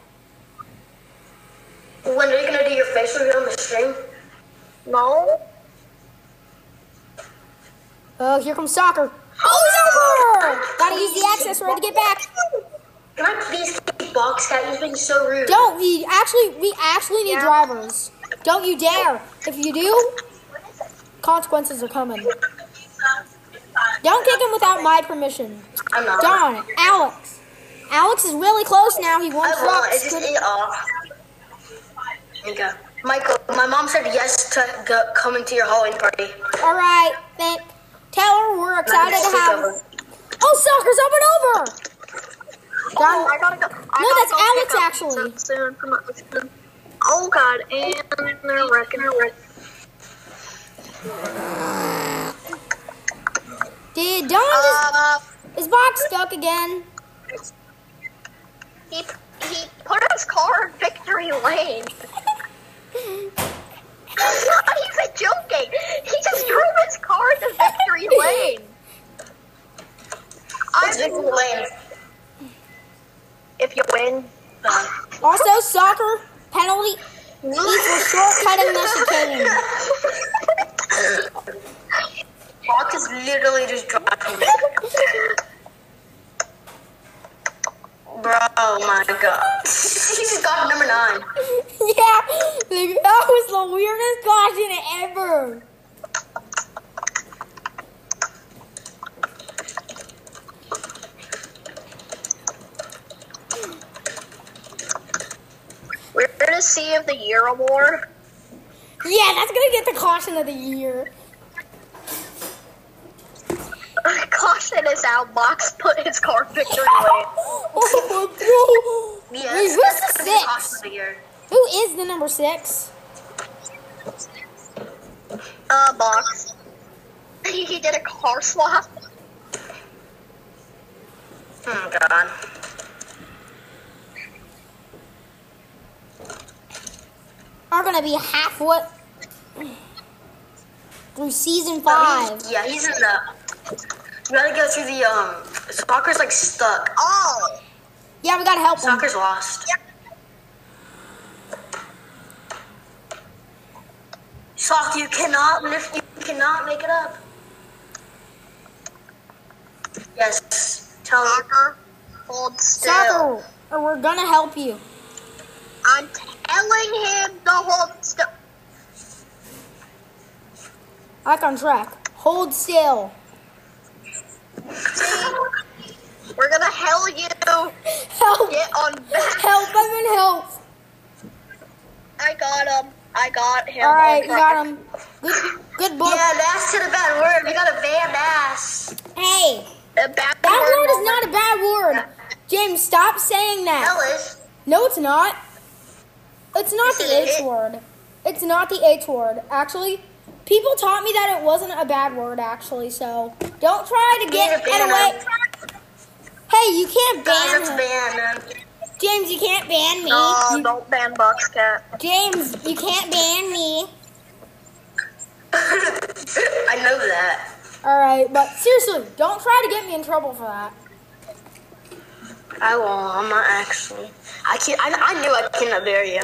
S2: When are you gonna do your face reveal on the stream?
S3: No.
S1: Oh, here comes soccer. Oh, he's over. Gotta use the access road to get back.
S2: Can I please kick Box Cat? He's being so rude.
S1: Don't we actually we actually need
S3: Yeah.
S1: drivers. Don't you dare. If you do, consequences are coming. Don't kick him without my permission.
S2: I'm not.
S1: Don, Alex. Alex is really close now. He wants
S2: I won't. I
S1: rocks.
S2: just eat off. Mika. Michael, my mom said yes to go, coming to your Halloween party.
S1: All right, thank. Tell her we're excited to have.
S2: Sleepover.
S1: Oh, soccer's up and over.
S3: Oh,
S1: Don,
S3: I gotta go. I
S1: No, that's
S3: gotta
S1: Alex,
S3: go pick up
S1: actually.
S3: pizza Soon from my husband. Oh God, and they're wrecking. They're wrecking.
S1: did Don just,
S3: Uh,
S1: is box stuck again?
S3: he he put his car in victory lane. He's not even joking. He just drove his car into victory lane.
S2: It's Vicky
S3: I'm,
S2: Lane.
S3: if you win, [laughs]
S1: Also, soccer penalty equals shortcutting the
S3: [laughs]
S1: chicane.
S2: Box is literally just driving me. Bro, oh my god. she just got number nine.
S1: yeah, like, that was the weirdest caution ever.
S3: we're gonna see if the year award. [laughs]
S1: Yeah, that's gonna get the caution of the year.
S3: Caution is out. Box put his car in victory lane.
S1: oh, bro.
S2: Yes.
S1: Wait,
S2: that's
S1: who's
S2: gonna be
S1: six?
S2: awesome to hear.
S1: Who is the number six?
S3: Uh, box. [laughs] he did a car swap.
S2: Oh god.
S1: Are gonna be halfway through season
S2: Oh,
S1: five.
S2: he's- yeah, he's in the. You gotta go through the um. Soccer's like stuck.
S3: Oh!
S1: Yeah, we gotta help them.
S2: Soccer's lost. Sock, you cannot lift. You cannot make it up. Yes. Tell him.
S3: Soccer, hold still.
S1: Soccer, or we're gonna help you.
S3: I'm telling him to hold still.
S1: Back on track. Hold still.
S3: We're gonna hell you.
S1: Help!
S3: Get on back.
S1: Help! I'm in help.
S3: I got him. I got him.
S1: All right,
S3: on
S1: you
S3: track.
S1: got him. Good, good book.
S2: Yeah, that's to the bad word. You got a bad ass.
S1: Hey,
S3: The back
S1: bad
S3: word
S1: word is not a bad word. James, stop saying that.
S2: Ellis.
S1: No, it's not. It's not
S2: This
S1: the
S2: is
S1: H
S2: it.
S1: word. It's not the H word. Actually, people taught me that it wasn't a bad word. Actually, so don't try to
S2: Need
S1: get
S2: a
S1: get away.
S2: banner.
S1: Hey, you can't
S2: Guys,
S1: ban
S2: that's
S1: him.
S2: banned. man. [laughs]
S1: James, you can't ban me.
S3: No,
S1: You-
S3: Oh, don't ban Box Cat.
S1: James, you can't ban me.
S2: I know that.
S1: All right, but seriously, don't try to get me in trouble for that.
S2: I won't. I'm not actually. I can't. I, I knew I couldn't bury you.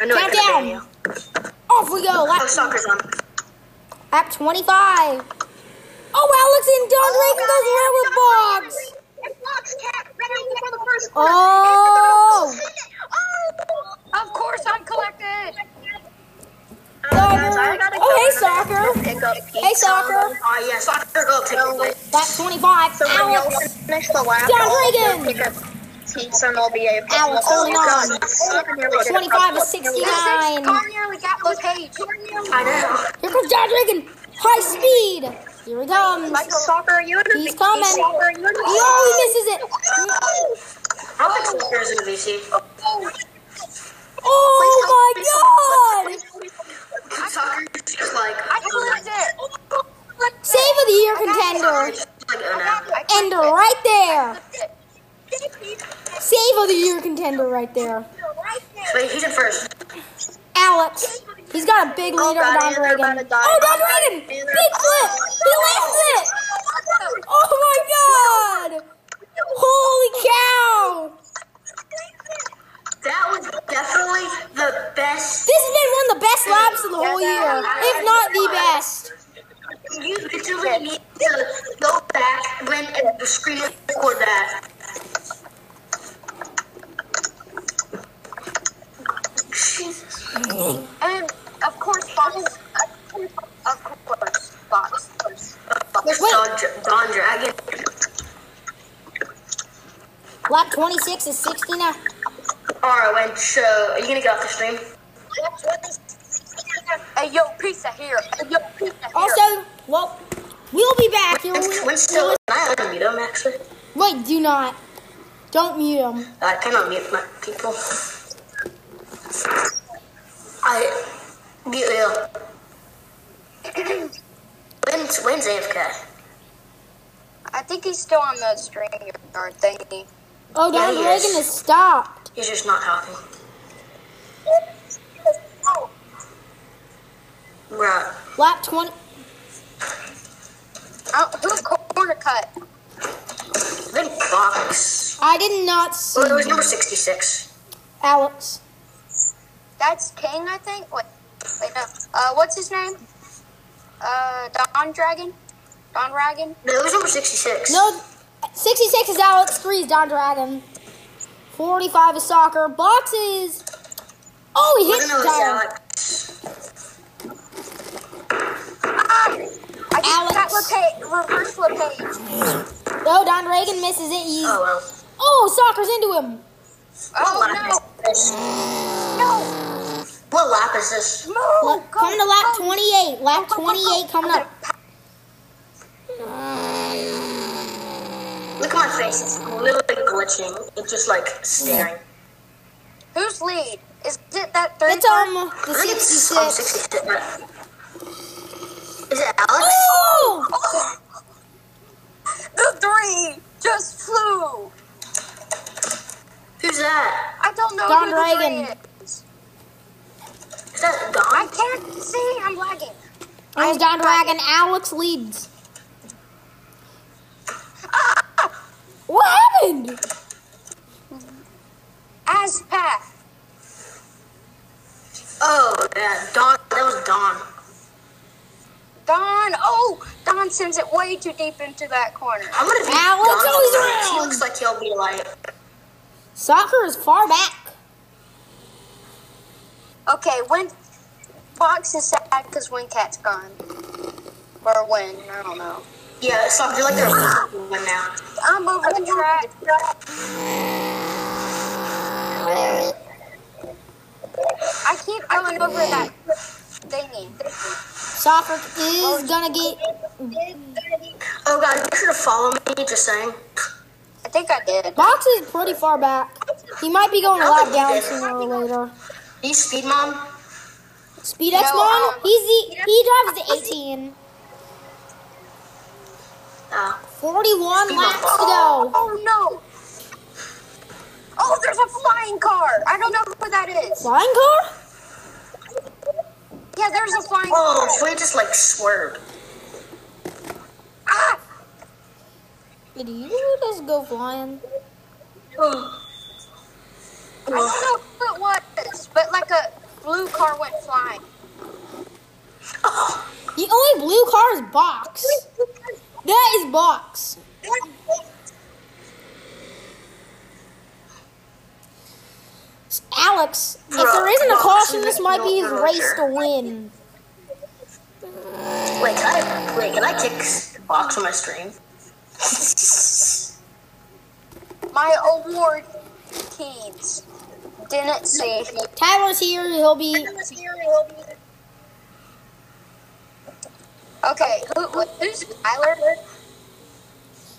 S2: I knew I couldn't bury you.
S1: Countdown. Off we go.
S2: Oh,
S1: Lap,
S2: soccer's on.
S1: lap 25. Oh, Alex and Don Reagan goes red with Bobs.
S3: Box Cat, ready for the first quarter.
S1: Oh.
S3: Oh!
S4: Of course I'm collected.
S2: guys, I gotta go.
S1: Oh, hey, soccer.
S3: Pick up
S1: Hey, soccer.
S2: Oh, yeah, soccer go take it.
S1: Lap 25.
S3: So when y'all
S1: Alex.
S3: finish the lap,
S1: John
S3: I'll
S1: Reagan.
S3: go pick up pizza and I'll be able to.
S1: Alex,
S3: oh,
S1: hold on.
S3: God. Soccer nearly did it.
S1: 25 to
S4: Six
S1: 69.
S4: car nearly got LePage.
S2: I know.
S1: Here comes John Reagan. High speed. Here we come.
S3: Michael Soccer, are you in a
S1: He's coming.
S3: Soccer, are you in a
S1: Oh, he misses it.
S2: I don't think Soccer is in a VC.
S1: Oh my god!
S2: Soccer is just like.
S4: I clipped it.
S1: Save of the year
S2: Soccer
S1: contender.
S2: is just like oh,
S4: I
S2: Una.
S4: got it. I clipped
S1: And
S4: it.
S1: right there.
S4: You're
S1: Save of the year contender right there.
S4: right there.
S2: Wait, he's in first.
S1: Alex. He's got a big lead
S3: Oh,
S1: on Don
S3: Brian, they're about
S1: Reagan.
S3: to die.
S1: Oh, Don Reagan! Big flip! He lands it! Oh my god! Holy cow!
S2: That was definitely the best.
S1: This has been one of the best laps of the whole year, if not the best.
S2: You literally need to go back when uh, the screen was before that.
S4: And of course, Box. Of course, Box.
S2: Where's
S1: Wait.
S2: Don, Don Dragon?
S1: Lap 26 is 69.
S2: Alright, when so are you gonna get off the stream?
S4: Hey, yo, pizza here. Hey, yo, pizza here.
S1: Also, well, we'll be back. You'll,
S2: When's, when's still an island mute him actually?
S1: wait, do not. Don't mute him.
S2: I cannot mute my people. I mute you. [clears throat] when's when's AFK?
S4: I think he's still on the string yard thingy.
S1: Oh, Don
S2: Yeah, he
S1: Reagan
S2: is.
S1: has stopped.
S2: He's just not talking. Right.
S1: Lap 20.
S4: Oh, who's corner cut?
S2: Then box.
S1: I did not see
S2: Oh, it was number sixty-six.
S1: Alex.
S4: That's King, I think. Wait, wait, no. Uh, what's his name? Uh, Don Dragon. Don Dragon.
S2: No, it was number sixty-six.
S1: No, 66 is Alex, 3 is Don Dragon, 45 is soccer, boxes. Oh, he
S2: I
S1: hit
S2: don't
S1: the
S2: know. It's
S1: tire.
S2: Alex.
S4: I just
S1: Alex.
S4: got LePage. Reverse LePage.
S1: No, Don Reagan misses it. He's,
S2: Oh well.
S1: oh, soccer's into him.
S4: Oh
S2: What
S4: no!
S2: lap is this?
S4: No!
S2: What lap is this?
S4: Move! Go,
S1: coming Oh, to lap
S4: go.
S1: 28. Lap
S4: Go, go, go,
S1: 28 coming
S4: Okay,
S1: up.
S2: Look at my face. It's literally glitching. It's just like staring.
S4: Who's lead? Is it that third?
S1: It's um the
S2: I think it's um,
S1: 66.
S2: 66. Is it Alex?
S1: Oh!
S4: The three just flew.
S2: Who's that?
S4: I don't know
S1: Don
S4: who the three
S1: Reagan.
S4: is.
S2: Is that
S4: I
S2: Don?
S4: can't see. I'm lagging.
S1: It was Don Dragon. Alex
S4: [laughs]
S1: leads. What happened?
S4: Aspath.
S2: Oh yeah, Don. That was Don.
S4: Don. Oh, Don sends it way too deep into that corner.
S2: I'm gonna be
S1: Alex,
S2: Don.
S1: oh, he's
S2: He
S1: around.
S2: looks like he'll be like.
S1: Soccer is far back.
S4: Okay, when Fox is sad because Wincat's gone. Or when, I don't know.
S2: Yeah, so I feel like they're one now.
S4: I'm over the track. I keep going over that thingy.
S1: Soccer is gonna get.
S2: Oh god, you should have followed me. Just saying.
S4: I think I did.
S1: Box is pretty far back. He might be going a lap down sooner or later.
S2: You speed mom.
S1: Speed X
S4: No,
S1: mom.
S4: um,
S1: He's the he drives the 18.
S2: Uh,
S1: 41
S2: Speed
S1: laps to
S4: Oh,
S1: go.
S4: oh no! Oh, there's a flying car! I don't know who that is.
S1: Flying car?
S4: Yeah, there's a flying
S2: oh,
S4: car.
S2: so we just like swerved.
S4: Ah!
S1: Did you just go flying?
S4: I don't know who it was, but like a blue car went flying.
S1: The only blue car is box. That is box. Alex, if there isn't a caution, this might be his race to win.
S2: Wait, can I wait? Can I kick box on my stream?
S4: My award keys didn't see.
S1: Tyler's here. He'll be.
S4: Okay, who, who, who's Tyler?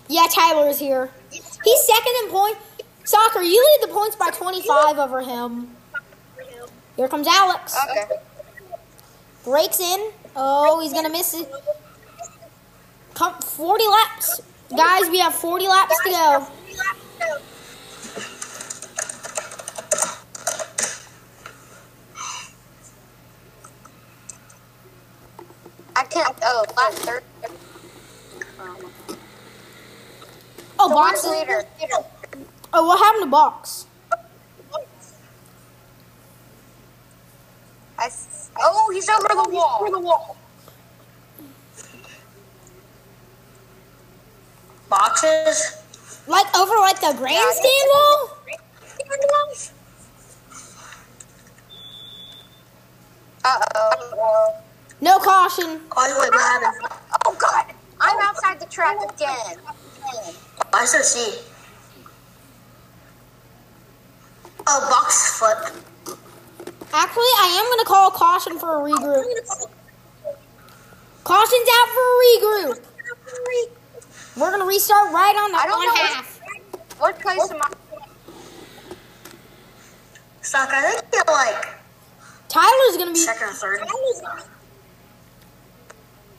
S1: Yeah, Tyler's here. He's second in point. Soccer, you lead the points by 25 over him. Here comes Alex.
S4: Okay.
S1: Breaks in. Oh, he's going to miss it. Come, 40 laps. Guys, we have 40 laps to go.
S4: I can't. Oh, last third.
S1: Oh,
S4: So
S1: box.
S4: where's leader?
S1: Oh, what happened to box?
S4: I, s- oh, he's over the wall. Over the wall.
S2: Boxes?
S1: Like over like the grandstand wall?
S4: Uh oh.
S1: No caution.
S2: Oh, wait, what happened?
S4: Oh God! I'm outside the track again.
S2: I still see. Oh, box flip.
S1: Actually, I am gonna call caution for a regroup. Caution's out for a regroup. We're gonna restart right on the
S4: I don't
S1: one
S4: know if-
S1: half.
S4: What place am I?
S2: Stock, I think you're like
S1: Tyler's gonna be.
S2: second or third.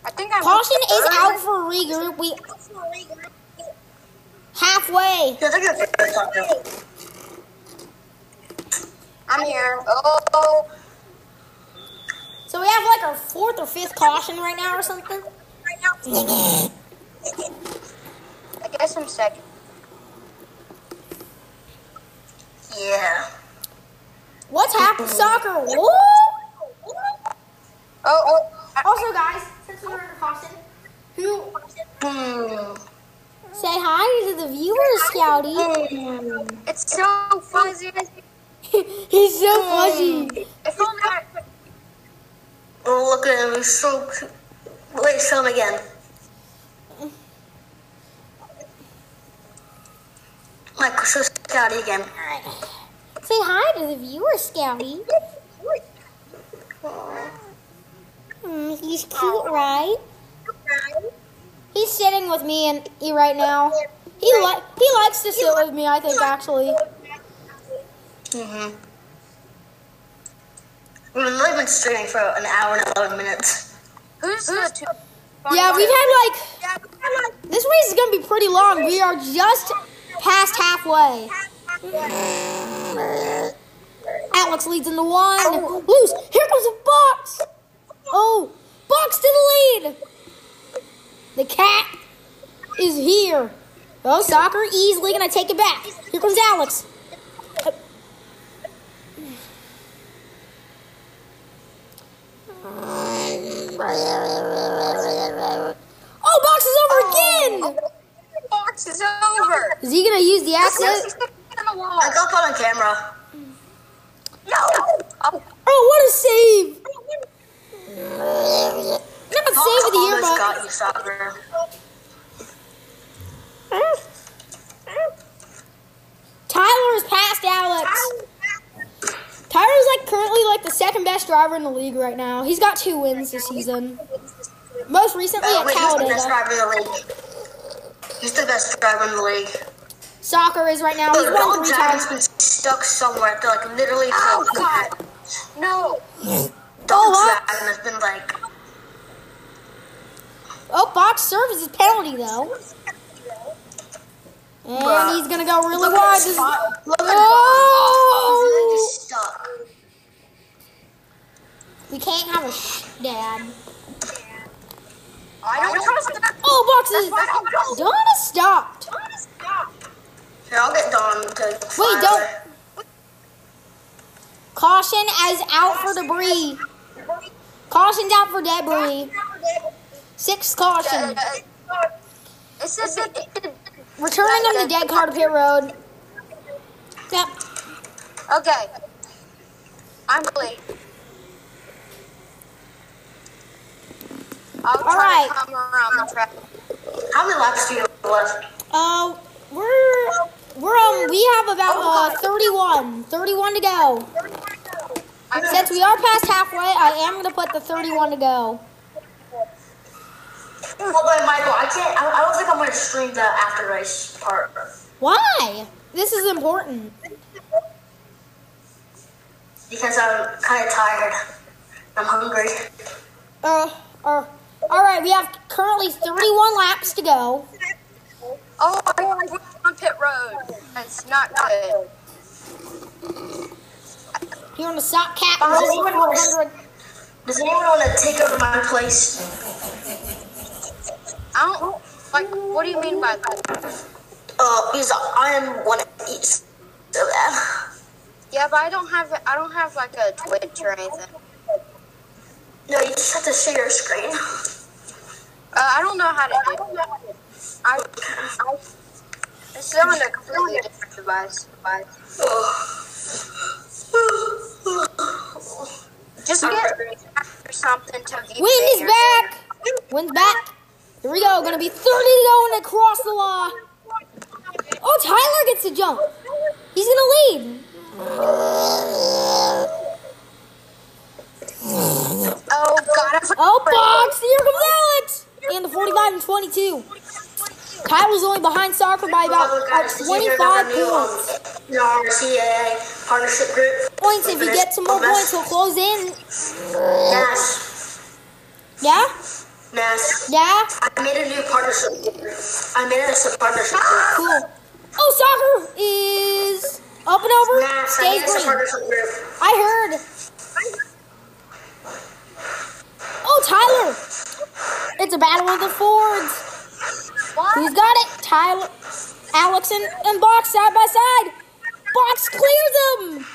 S4: I think I'm.
S1: Caution is
S4: third.
S1: out for a regroup. We halfway.
S2: Yeah, I think you're third, Soccer.
S4: I'm here. Oh,
S1: So we have like our fourth or fifth caution right now or something.
S4: I guess I'm second.
S2: Yeah.
S1: What's happened, soccer? Woo!
S4: Oh, oh. I-
S1: Also, guys, since we're in caution, who
S2: Hmm.
S1: say hi to the viewers, Scouty?
S4: Oh, It's so fuzzy.
S1: [laughs] He's
S4: Oh,
S1: so fuzzy.
S4: If only I
S2: Oh, look at him. He's so cute. Wait, show him again. Like, show Scotty again.
S1: Say hi to the viewers, Scouty. Mm, he's cute, right? He's sitting with me and he right now. He li- he likes to sit with me, I think actually.
S2: Mm-hmm. We've only been streaming for an hour and 11 minutes.
S4: Who's the two?
S1: Yeah, we've had like
S4: Yeah,
S1: this race is gonna be pretty long. We are just past halfway. Alex leads in the one. Loose. Here comes a box. Oh, box to the lead. The cat is here. Oh, soccer easily gonna take it back. Here comes Alex. Oh, box is over again.
S4: Oh, the box is over.
S1: Is he gonna use the
S4: Yes,
S1: athlete?
S4: he's in the wall.
S2: I got caught on camera.
S4: No.
S1: Oh, what a save! Not a
S2: Oh,
S1: save of the year,
S2: almost
S1: but
S2: got you, Soccer.
S1: Tyler is past Alex. Tyler's like currently like the second best driver in the league right now. He's got two wins this season. Most recently
S2: Uh,
S1: at
S2: wait, he's the best
S1: Talladega.
S2: driver in the league. He's the best driver in the league.
S1: Soccer is right now. He's
S2: Look,
S1: won
S2: Donald
S1: three
S2: Dragon's
S1: times.
S2: been stuck somewhere. They're like literally.
S4: Oh God. No.
S2: Donald
S1: Oh, what?
S2: Dragon has been like.
S1: Oh, Fox serves his penalty though. And he's gonna go really
S2: Look at
S1: wide.
S2: his
S1: This-
S2: spot. Look at He's literally
S1: Oh!
S2: just stuck.
S1: We can't have a sh- dad.
S4: I don't trust that.
S1: Oh, Box is. Donna stopped.
S2: Here, I'll get Don to.
S1: Wait, don't. Caution as out for debris. Caution's out for debris. Six caution.
S4: It says that it-
S1: Returning on the dead car to pit road. Yep.
S4: Okay. I'm late. I'll try
S1: All right.
S4: to come around the track.
S2: How many laps do you left?
S1: Uh, we're we're um we have about uh 31, 31 to go.
S4: I'm
S1: Since we are past halfway, I am gonna put the 31 to go.
S2: Well, but Michael, I can't. I, I don't think I'm gonna stream the after race part.
S1: Why? This is important.
S2: because I'm kind of tired. I'm hungry.
S1: Uh, uh, all right, we have currently 31 laps to go.
S4: Oh, I realized we're on pit road. That's not good.
S1: Here on the sock cat.
S2: Oh,
S1: this is
S2: what was-
S1: 100.
S2: Does anyone want to take over my place?
S4: I don't like. What do you mean by that?
S2: Uh, because I am one of each uh, of them.
S4: Yeah, but I don't have. I don't have like a Twitch or anything.
S2: No, you just have to share your screen.
S4: Uh, I don't know how to do. It. I, I. It's on a completely different device. Just get or something to be
S1: Wind is
S4: bigger.
S1: back. Wind's back. Here we go. Gonna be 30 to go and across the law. Oh, Tyler gets to jump. He's gonna lead.
S4: Oh God! I
S1: Oh, box. Here comes Alex. And the 49 and 22. Tyler's only behind soccer by about uh, 25 points.
S2: The RCAA partnership group.
S1: Points. If he gets some more points, he'll close in.
S2: Nash,
S1: Yeah?
S2: Nash.
S1: Yeah?
S2: I made a new partnership group. I made us a
S1: [gasps]
S2: partnership group.
S1: Cool. Oh, soccer is up and over.
S2: Nash, I
S1: Stays
S2: made us a
S1: green.
S2: partnership group.
S1: I heard. Oh, Tyler! It's a battle of the Fords. Who's got it? Tyler, Alex, and, and Box side by side. Box clears them.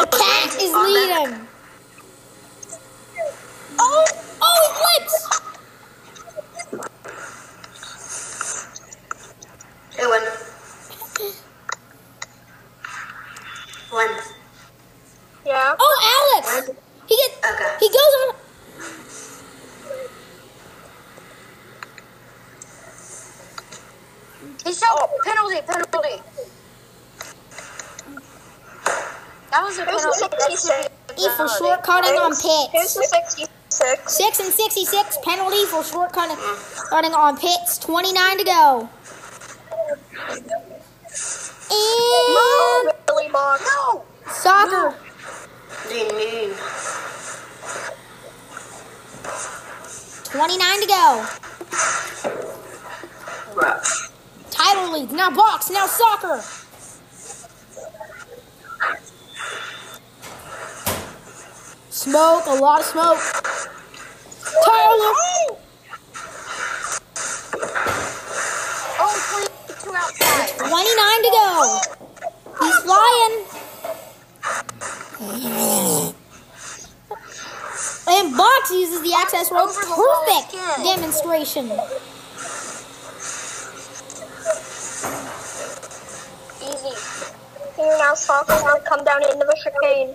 S1: The cat is leading. Oh! Oh, it flips!
S2: Hey, one. One.
S4: yeah.
S1: Oh, Alex! He gets.
S2: Okay.
S1: He goes on.
S4: He shot penalty, penalty. That was a
S3: Here's the
S4: penalty.
S1: E for shortcutting on pits.
S3: Here's the 66.
S1: Six and sixty-six penalty for shortcutting cutting on pits. Twenty-nine to go. And
S3: Billy Box. No!
S1: soccer.
S2: They move.
S1: Twenty-nine to go.
S2: Rough.
S1: Title leads. Now box. Now soccer. Smoke. A lot of smoke. Tyler.
S4: Oh, please, two outside.
S1: Twenty-nine to go. He's flying. And Box uses the access road.
S4: Over the wall
S1: Perfect
S4: again.
S1: demonstration.
S4: Easy.
S3: Here now, Soccer's gonna come down into the chicane.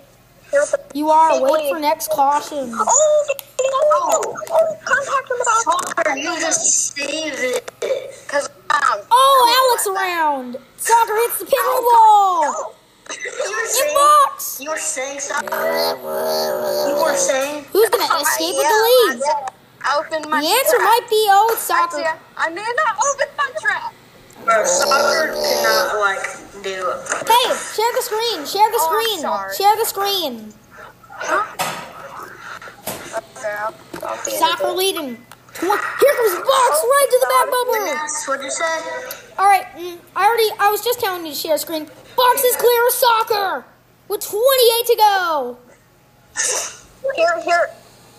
S3: Here's the.
S1: You are
S3: Big
S1: wait
S3: lead.
S1: for next caution.
S3: Oh! Oh! oh contact in the box.
S2: Walker, you just saved it.
S4: Cause um,
S1: Oh, Alex around. Soccer hits the pinball ball.
S2: You were
S1: And
S2: saying,
S1: Box.
S2: you were saying something. You were saying.
S1: Who's gonna escape with the lead?
S4: I opened my
S1: The answer
S4: trap.
S1: might be oh
S4: Actually,
S1: soccer.
S4: I did not open my trap.
S2: Bro, soccer cannot, like, do it.
S1: Hey, share the screen. Share the
S4: Oh, I'm
S1: screen.
S4: sorry.
S1: Share the screen.
S4: Okay, I'll, I'll be
S1: Soccer leading. Tw- Here comes Box
S4: Oh,
S1: right to the back bubble.
S2: That's what you said.
S1: All right, mm, I already. I was just telling you to share screen. Box is clear of soccer with 28 to go.
S3: Here, here.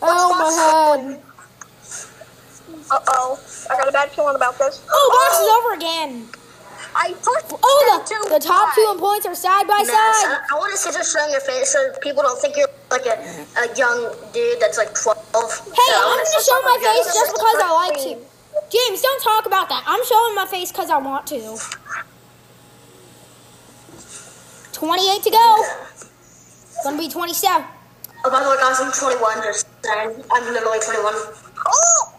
S1: Oh my head!
S3: Uh oh. I got a bad feeling about this.
S1: Oh, box is over again.
S4: I put
S1: Oh, the, the top two in points are side by
S2: Nah,
S1: side.
S2: I, I want to see just showing your face so people don't think you're, like, a, a young dude that's, like, 12.
S1: Hey, I'm gonna show my face just because I like to. James, don't talk about that. I'm showing my face because I want to. 28 to go. Gonna be 27.
S2: Oh, by the way, guys, I'm 21 just saying. I'm literally 21.
S1: Oh!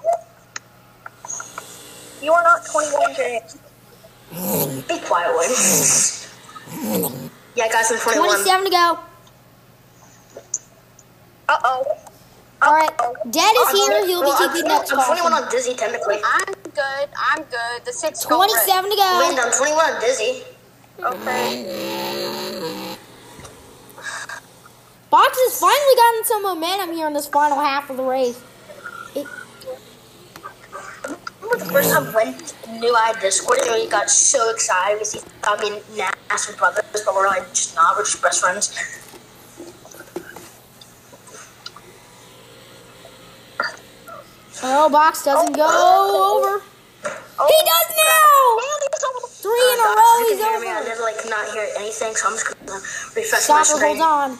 S3: You are not 21, James.
S2: Be quiet, Wayne. yeah, guys, I'm 21.
S1: 27 to go.
S3: Uh oh.
S1: Alright, Dad is here. He'll be
S2: I'm
S1: taking next
S2: I'm 21
S1: call.
S2: on Dizzy, technically.
S4: I'm good. I'm good. The six. go red.
S1: 27 to go.
S2: Wind, I'm 21 on Dizzy.
S4: Okay.
S1: Box has finally gotten some momentum here in this final half of the race.
S2: remember the first time when knew I had Discord and we got so excited because he thought me and Nass were brothers, but we're like just not, we're just best friends.
S1: Oh, Box doesn't
S2: oh,
S1: go over. He does now! Three in a row,
S2: If you
S1: he's
S2: can hear me, Oh, I
S1: over.
S2: never like not hear anything, so I'm just gonna refresh my
S1: Stopper
S2: screen.
S1: holds on.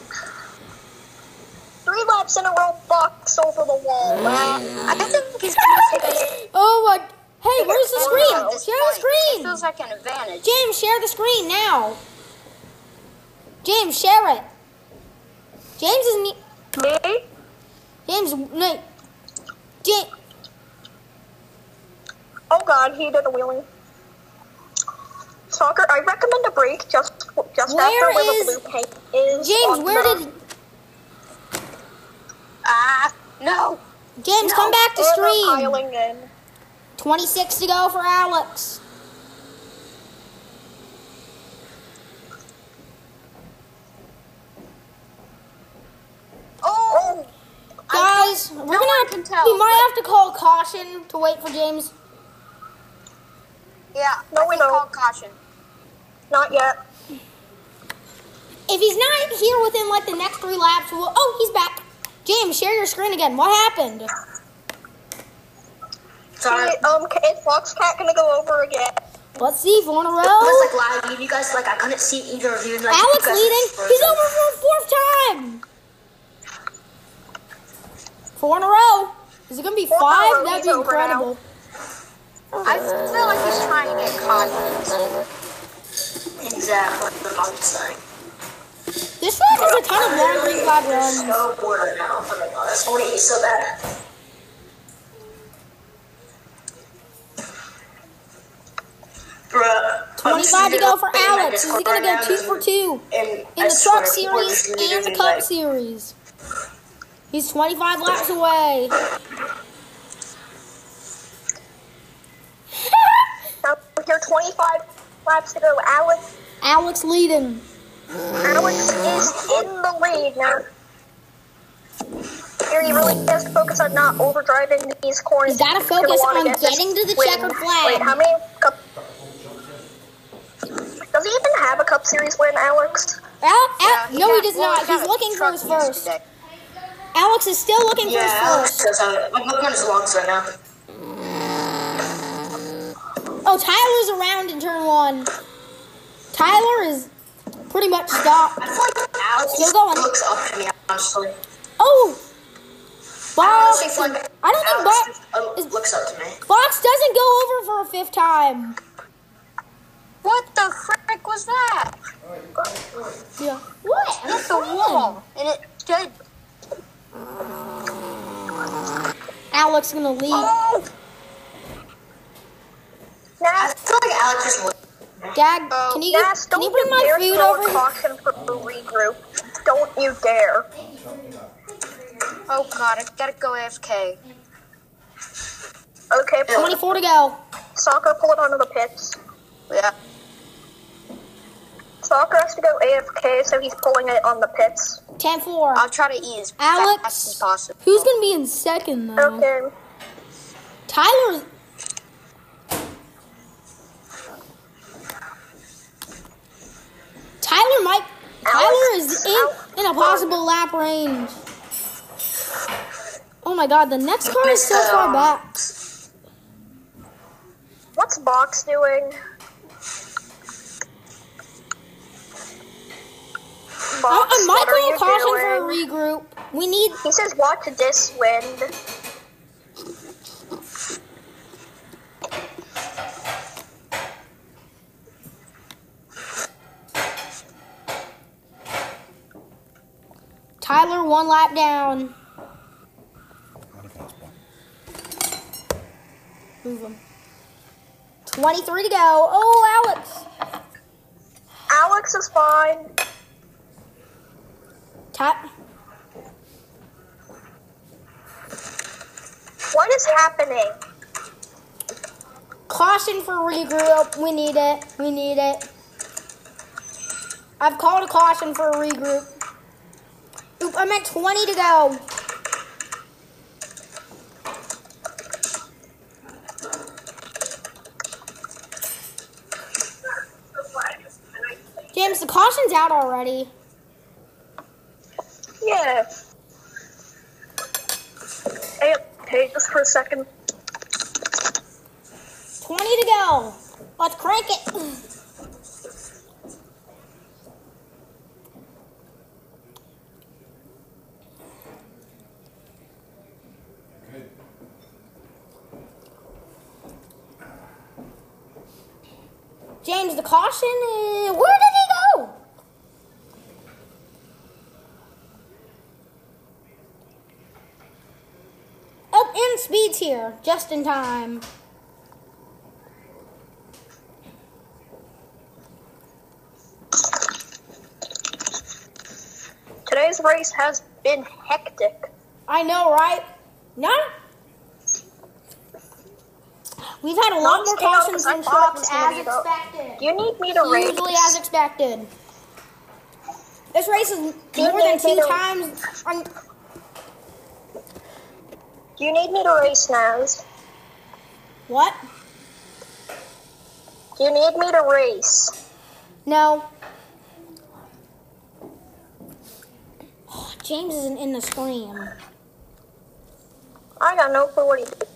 S3: Three laps in a row, box over the wall.
S4: I think he's gonna
S1: [laughs]
S4: take a
S1: Oh my. Hey, where's the
S4: at
S1: screen?
S4: this
S1: Share the
S4: point. It
S1: screen!
S4: feels like an advantage.
S1: James, share the screen now. James, share it. James is ne-
S4: Me?
S1: James no. James,
S3: Oh god, he did a wheelie. Soccer, I recommend a break just just
S1: Where
S3: after where
S1: is-
S3: the blue paint is.
S1: James,
S3: on
S1: where
S3: the-
S1: did
S4: Ah, no.
S1: James come back to
S3: where they're
S1: stream?
S3: piling in.
S1: Twenty six to go for Alex.
S4: Oh. I
S1: Guys,
S4: don't-
S1: we're
S4: no one
S1: gonna
S4: can
S1: have
S4: tell.
S1: we might have to call caution to wait for James.
S4: Yeah.
S3: No,
S4: I
S3: we
S4: think
S3: don't.
S4: call caution.
S3: Not yet.
S1: If he's not here within like the next three laps, we'll oh he's back. James, share your screen again. What happened?
S2: Sorry.
S3: Hey, um, ca- is Foxcat gonna go over again?
S1: Let's see, four in a
S2: It
S1: row.
S2: was like live, and you guys like I couldn't see either of you. Like, you
S1: Alex
S2: guys
S1: leading.
S2: were
S1: He's
S2: frozen.
S1: over for a fourth time. Four in a row. Is it gonna be
S3: in a
S1: five?
S3: row,
S1: That'd
S3: he's
S1: be
S3: over now.
S1: incredible.
S4: I feel like he's trying to get caught.
S2: Exactly. That's what I'm saying.
S1: This track is a ton of long green flag runs.
S2: So bored now. Oh my god, that's funny. It's so bad. Bruh. I'm just
S1: 25 to go for
S2: in my
S1: Alex. Is he
S2: Discord
S1: gonna
S2: right
S1: go
S2: now,
S1: two for two
S2: And
S1: in the Truck Series and the Cup Series? He's 25 laps away.
S3: Now you're 25 laps to go. Alex,
S1: Alex leading.
S3: Alex is in the lead now. Here, you really has to focus on not overdriving these corners.
S1: He's gotta
S3: You're gonna
S1: focus
S3: wanna
S1: on
S3: get this
S1: getting to the
S3: win.
S1: checkered flag.
S3: Wait, how many cup? Does he even have a Cup Series win, Alex?
S1: Al-
S4: Yeah,
S1: Al- no, he
S4: got-
S1: does not.
S4: got
S1: He's
S4: a
S1: looking for
S4: truck
S1: his
S4: news
S1: first.
S4: today.
S1: Alex is still looking for his
S2: [laughs] Yeah,
S1: first.
S2: Alex does have it. My Pokemon is logs right now.
S1: Oh, Tyler's around in turn one. Tyler is pretty much stopped.
S2: I feel like Alex
S1: Still going.
S2: looks up to me, honestly.
S1: Oh,
S2: honestly
S1: Box.
S2: feel
S1: Oh,
S2: like
S1: [laughs] I don't think
S2: Alex
S1: Box.
S2: just, um,
S4: oh.
S2: looks up to me.
S1: Box doesn't go over for a fifth time.
S4: What the frick was that?
S1: Yeah. What?
S4: Hit the wall, and it did.
S1: Alex is gonna lead.
S3: Oh!
S2: I
S3: Nas,
S2: feel like Alex just looks.
S1: Dad,
S4: Oh,
S1: can you
S3: Nas,
S1: can
S3: don't
S1: you bring
S3: you
S1: my
S3: dare
S1: food
S3: throw a
S1: over?
S3: caution for the regroup. Don't you dare.
S4: Oh god, I gotta go AFK.
S3: Okay, pull,
S1: Twenty-four to go.
S3: soccer, pull it onto the pits.
S4: Yeah.
S3: Soccer has to go AFK, so he's pulling it on the pits.
S1: Ten-four.
S4: I'll try to eat as
S1: Alex,
S4: fast as possible.
S1: Who's gonna be in second though?
S3: Okay.
S1: Tyler. Tyler might. Tyler is in, in a possible lap range. Oh my god, the next car is so far back.
S3: What's Box doing? Box,
S1: I, I might
S3: what are you
S1: call uh, caution for a
S3: doing?
S1: regroup. We need.
S3: He says, watch this wind.
S1: Tyler one lap down. Move him. 23 to go. Oh, Alex.
S3: Alex is fine.
S1: Ty-
S2: What is happening?
S1: Caution for regroup. We need it. We need it. I've called a caution for a regroup. Oop, I'm at 20 to go. James, the caution's out already.
S3: Yeah. Hey, hey, just for a second.
S1: 20 to go. Let's crank it. James, the caution is. Where did he go? Up in speeds here, just in time.
S2: Today's race has been hectic.
S1: I know, right? No. We've had a lot
S2: Not
S1: more
S2: stay on,
S1: cautions
S2: 'cause I
S1: and
S2: thought
S1: stops
S2: it was gonna
S1: as
S2: be about-
S1: expected.
S2: Do you need me to race?
S1: Usually as expected. This race is
S2: you
S1: more than
S2: need me
S1: two
S2: to-
S1: times. On,
S2: Do you need me to race, Naz?
S1: what?
S2: Do you need me to race?
S1: No. Oh, James isn't in the stream.
S2: I got no clue what he did.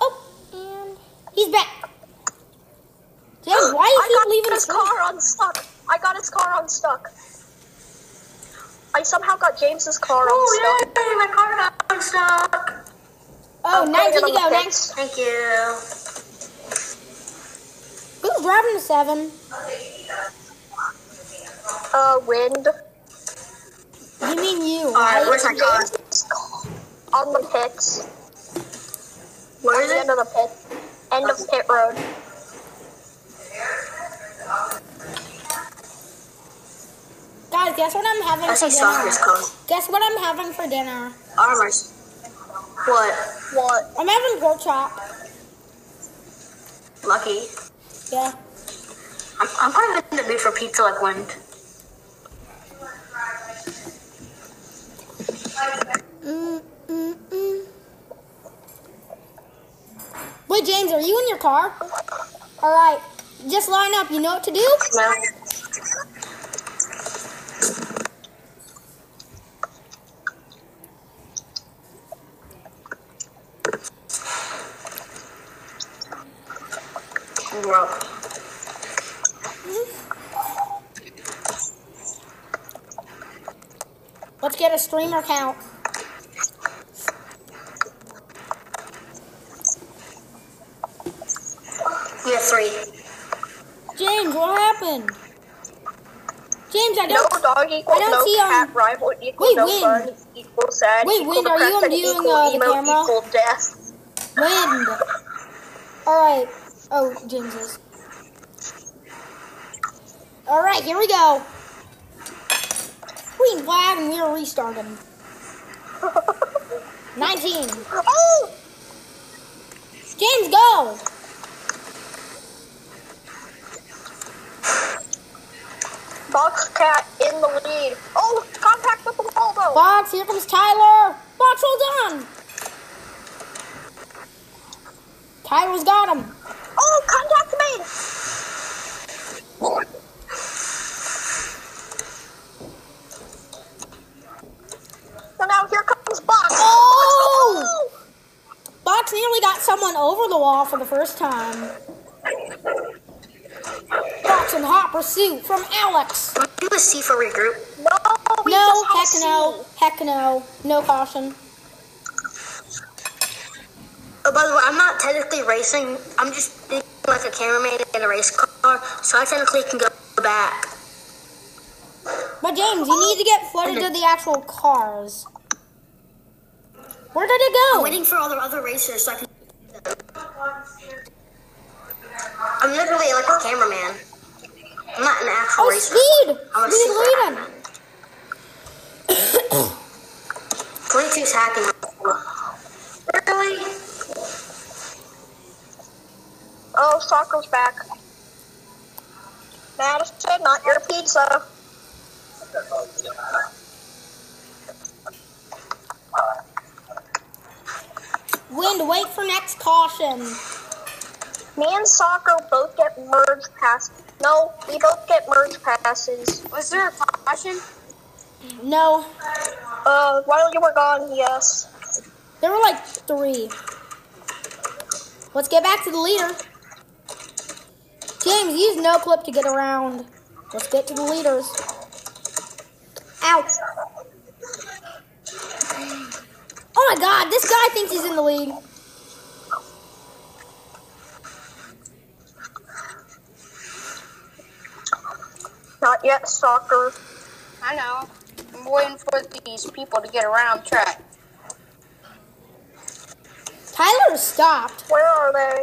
S1: Oh, and he's back. James, why do you
S2: I
S1: keep leaving
S2: got
S1: the
S2: his
S1: stream?
S2: car unstuck. I got his car unstuck. I somehow got James's car unstuck.
S4: my car got unstuck.
S1: Oh, 19 to go. 19.
S2: Thank you.
S1: Who's driving the 7?
S2: Uh, wind.
S1: You mean you,
S2: Alright,
S1: right?
S2: where's my car? On the pits. Where is it? End of the pit. End of pit road.
S1: Guys, guess what I'm having for dinner? Guess what I'm having for dinner?
S2: Armors. What? What?
S1: I'm having pork chop.
S2: Lucky.
S1: Yeah.
S2: I'm, I'm kind of in the mood for pizza like wind.
S1: Mm, mm, mm. Wait, James, are you in your car? All right. Just line up. You know what to do?
S2: No.
S1: Let's get a streamer count.
S2: Yeah, three.
S1: James, what happened? James, I
S2: No
S1: don't.
S2: dog equals
S1: don't
S2: no
S1: see, um,
S2: cat rival equals
S1: wait,
S2: no
S1: Win.
S2: fun equals sad
S1: Wait,
S2: equal
S1: Win, are you
S2: depression
S1: unviewing,
S2: equal
S1: uh, the
S2: emo
S1: camera?
S2: equal death.
S1: Wind. All right. Oh, James is. All right, here we go. Green flag, and we are restarting. 19.
S2: Oh!
S1: James, go!
S2: Box cat in the lead. Oh, contact with the wall though.
S1: Box, here comes Tyler. Box, hold on. Tyler's got him.
S2: Oh, contact made. So now here comes Box.
S1: Oh! Box nearly got someone over the wall for the first time. Box in hot pursuit from Alex.
S2: Do a C for regroup. No, we
S1: No,
S2: just had
S1: heck
S2: C.
S1: no, heck no, no caution.
S2: Oh, by the way, I'm not technically racing. I'm just being like a cameraman in a race car, so I technically can go back.
S1: But James, you need to get flooded to the actual cars. Where did it
S2: I'm
S1: go?
S2: waiting for all the other racers so I can. I'm literally like a cameraman. I'm not an actual
S1: Oh,
S2: racer.
S1: speed!
S2: I'm a
S1: Speed
S2: super
S1: leading.
S2: cameraman. 22's hacking. Really?
S5: tacos back. Madison, not your pizza.
S1: Wind, wait for next caution.
S5: Me and Soccer both get merge passes. No, we both get merge passes.
S4: Was there a caution?
S1: No,
S5: Uh, while you were gone, yes.
S1: there were like three. Let's get back to the leader. James, use no clip to get around. Let's get to the leaders. Ow. Oh my god, this guy thinks he's in the lead.
S5: Not yet, Soccer.
S4: I know. I'm waiting for these people to get around track.
S1: Tyler stopped.
S5: Where are they?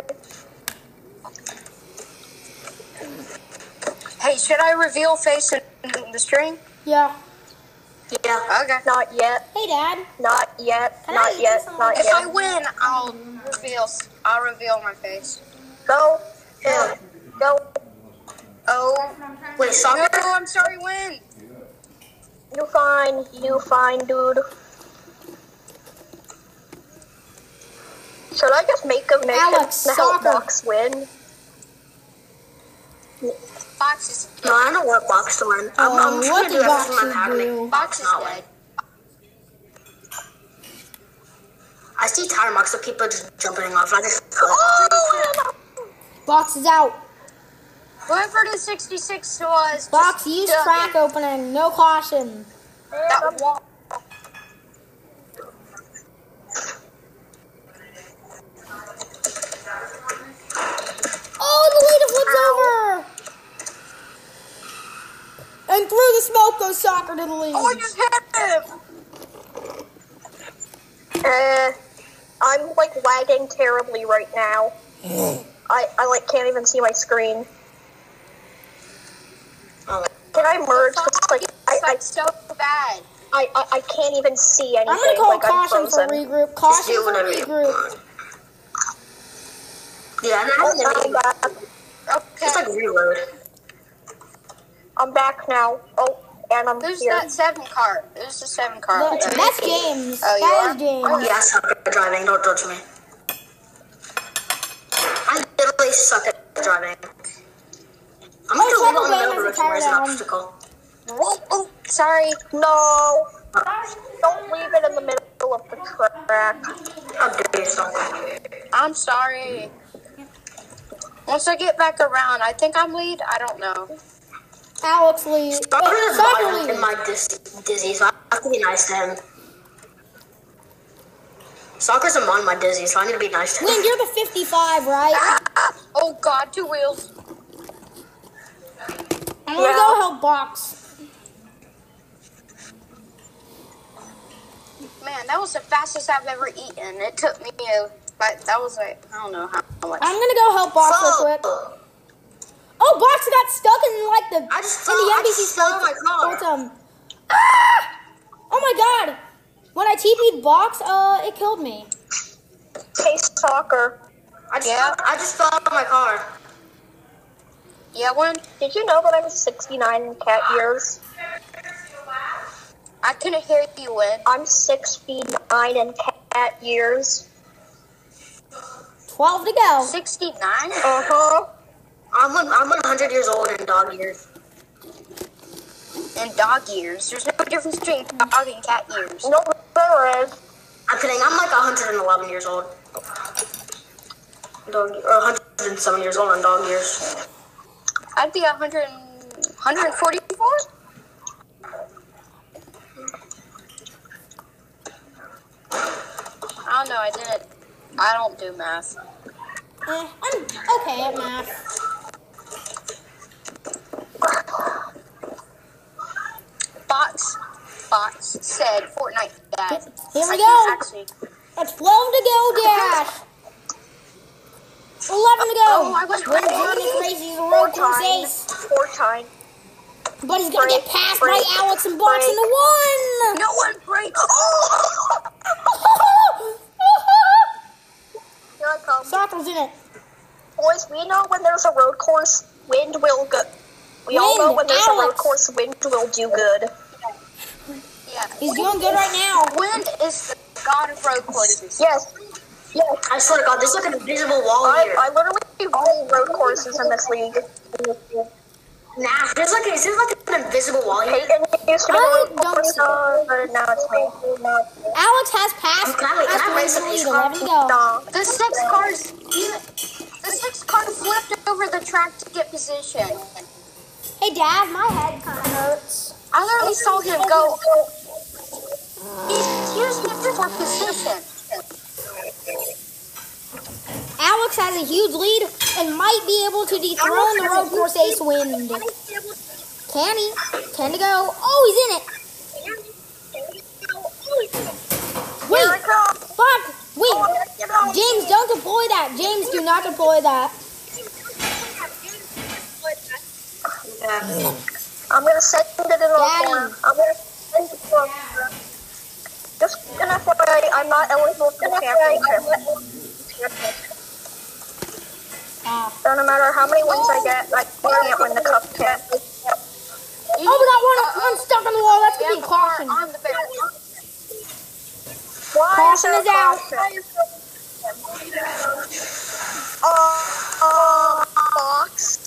S4: Hey, should I reveal face in the string?
S1: Yeah.
S5: Yeah.
S4: Okay.
S5: Not yet.
S1: Hey, Dad.
S5: Not yet.
S1: Can I
S5: not
S1: eat
S5: yet.
S1: some?
S5: Not
S4: If I
S5: yet.
S4: win, I'll reveal. I'll reveal my face.
S5: Go. Yeah. Go.
S4: Oh,
S5: Wait,
S4: no! I'm sorry. Win.
S5: You fine. You fine, dude. Should I just make a mission
S1: Alex,
S5: to help
S1: soccer.
S5: Box win?
S4: Box is
S2: No, I don't want box to win. I'm, I'm
S1: Oh,
S2: just
S1: what
S2: gonna do
S1: did
S2: everything on how
S1: Boxer
S2: to
S1: do?
S2: make.
S4: box is dead.
S2: I see tire marks of people just jumping off.
S1: [gasps]
S2: I just
S1: Oh! Box is out.
S4: Whoever the 66 was. just
S1: Box, use
S4: dug
S1: crack
S4: it.
S1: opening. No caution.
S4: That wall.
S1: Oh, the leader flips over. And through the smoke goes soccer to the lead.
S4: Oh, I just hit him.
S5: Uh, I'm like lagging terribly right now. I, I like can't even see my screen. Can I merge? It's like I,
S4: It's
S5: I,
S4: like so bad.
S5: I, I, I can't even see anything.
S1: I'm gonna call
S5: like, I'm
S1: caution for
S5: frozen.
S1: regroup. Caution
S2: do
S1: for
S2: whatever you
S1: regroup.
S2: want. Yeah, and I
S5: Oh,
S2: haven't
S5: I'm
S2: even.
S5: back.
S4: Okay.
S2: It's like reload.
S5: I'm back now. Oh, and I'm
S4: There's
S5: here.
S4: that seven car. There's the seven car.
S1: No,
S4: over there.
S1: that's James.
S4: Oh, you
S1: that
S4: are?
S1: is James.
S2: Oh yeah, I suck at driving. Don't judge me. I literally suck at driving. I'm
S1: Oh,
S2: gonna
S1: Trevor
S2: leave on the
S1: Wayne
S2: middle
S1: has a
S2: of the
S1: tire
S2: road there's an
S1: down.
S2: obstacle.
S4: Whoa, oh, sorry.
S5: No, don't leave it in the middle of the track.
S2: How dare you, son?
S4: I'm sorry. Once I get back around, I think I'm lead. I don't know.
S1: Alex lead.
S2: I'm
S1: Uh,
S2: gonna
S1: soccer
S2: bottom in
S1: lead.
S2: my dis- dizzy, so I have to be nice to him. Soccer's among my dizzy, so I need to be nice to him.
S1: Win, you're the 55, right?
S4: Oh God, two wheels.
S1: I'm gonna go help Box.
S4: Man, that was the fastest I've ever eaten. It took me uh, like that was like I don't know how much.
S1: I'm gonna go help Box real quick.
S2: Oh,
S1: Oh, Box got stuck in like the
S2: I just
S1: in the
S2: fell- I
S1: NBC
S2: just fell in my car.
S1: Phantom. Ah! Oh my god! When I TP'd Box, uh, it killed me.
S5: Hey, soccer.
S2: I just,
S4: Yeah.
S2: I just fell out of my car.
S4: Yeah, one.
S5: Did you know that I'm 69 in cat years?
S4: I couldn't hear you win.
S5: I'm six feet nine in cat years.
S1: 12 to
S4: Uh-huh.
S1: go.
S4: Sixty nine.
S5: Uh
S4: Uh-huh.
S5: huh.
S2: I'm one, I'm 100 years old in dog years.
S4: and dog ears. There's no difference between dog and cat ears.
S5: No, there is.
S2: I'm kidding. I'm like 111 years old. Dog, or 107 years old in dog years.
S4: I'd be 100 and- 144? I don't know. I didn't. I don't do math.
S1: Eh, I'm okay at math.
S4: Box, box said Fortnite dad.
S1: Here
S4: I
S1: we
S4: can't
S1: go.
S4: Actually,
S1: A 12 to go dash. 11 to go.
S4: Oh, I was
S1: Wins
S4: right.
S1: running crazy. He's a road
S5: Four
S1: to ace.
S5: Four [gasps] time.
S1: But he's going to get
S5: Break,
S1: passed
S5: break,
S1: by Alex and Box
S5: break.
S1: in the one. [laughs]
S4: no one breaks. Oh!
S5: Here I come.
S1: Soccer's in it.
S5: boys, we know when there's a road course, wind will go. We all know
S1: Wind,
S5: when there's a road
S1: Alex.
S5: course, wind will do good.
S4: Yeah.
S1: He's doing good right now.
S4: Wind is the god of road courses.
S5: Yes, yes.
S2: I swear to God, there's like an invisible wall
S5: I,
S2: here.
S5: I literally roll road courses in this league.
S2: Nah, there's like a, there's like an invisible wall here.
S5: Peyton used to be
S1: I
S5: road
S1: don't
S5: course, uh, but now it's me.
S1: Alex has passed.
S2: Can I- can I
S1: Has
S2: raise
S1: the
S2: some
S1: lead.
S2: ice
S1: Let him go.
S5: Nah.
S4: The six cars. The six car flipped over the track to get position.
S1: Hey, Dad, my head kind of hurts.
S4: I literally saw him go. He's here's the for position.
S1: Alex has a huge lead and might be able to dethrone the road course ace wind. Can he? Can he go? Oh, he's in it.
S5: Here I
S1: Wait,
S5: come.
S1: fuck. Wait,
S5: You know,
S1: James, don't deploy that. James, do not deploy that.
S5: I'm gonna send it in the
S1: Daddy.
S5: corner. I'm gonna send it in the corner. Just gonna FYI, I'm not eligible for the championship.
S1: Ah.
S5: So no matter how many wins
S4: Oh.
S5: I get, like, I can't win the cup yet.
S1: Oh, we got one, one stuck on the wall. That's gonna be a caution.
S5: uh,
S4: on the barrel.
S5: Why is
S1: Caution
S5: there
S1: is out.
S5: caution? Oh, uh, box.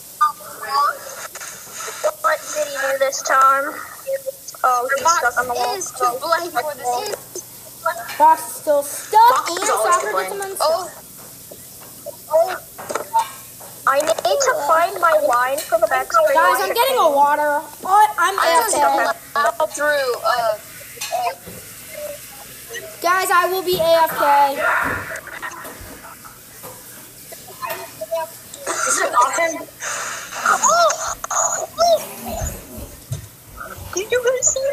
S5: What did he do this time? Oh, he's stuck on the wall.
S4: Fox is to blame for this.
S1: Fox is still stuck,
S2: Fox
S1: and
S2: is always
S1: Soccer gets
S2: to blame.
S1: him unstuck.
S4: Oh,
S5: I need to find my line for the back screen.
S1: Guys, I'm getting a water. Oh, I'm
S4: I just
S1: AFK.
S4: allowed through. Uh,
S1: Guys, I will be AFK.
S2: Is it an option?
S5: [gasps] Did you guys see that?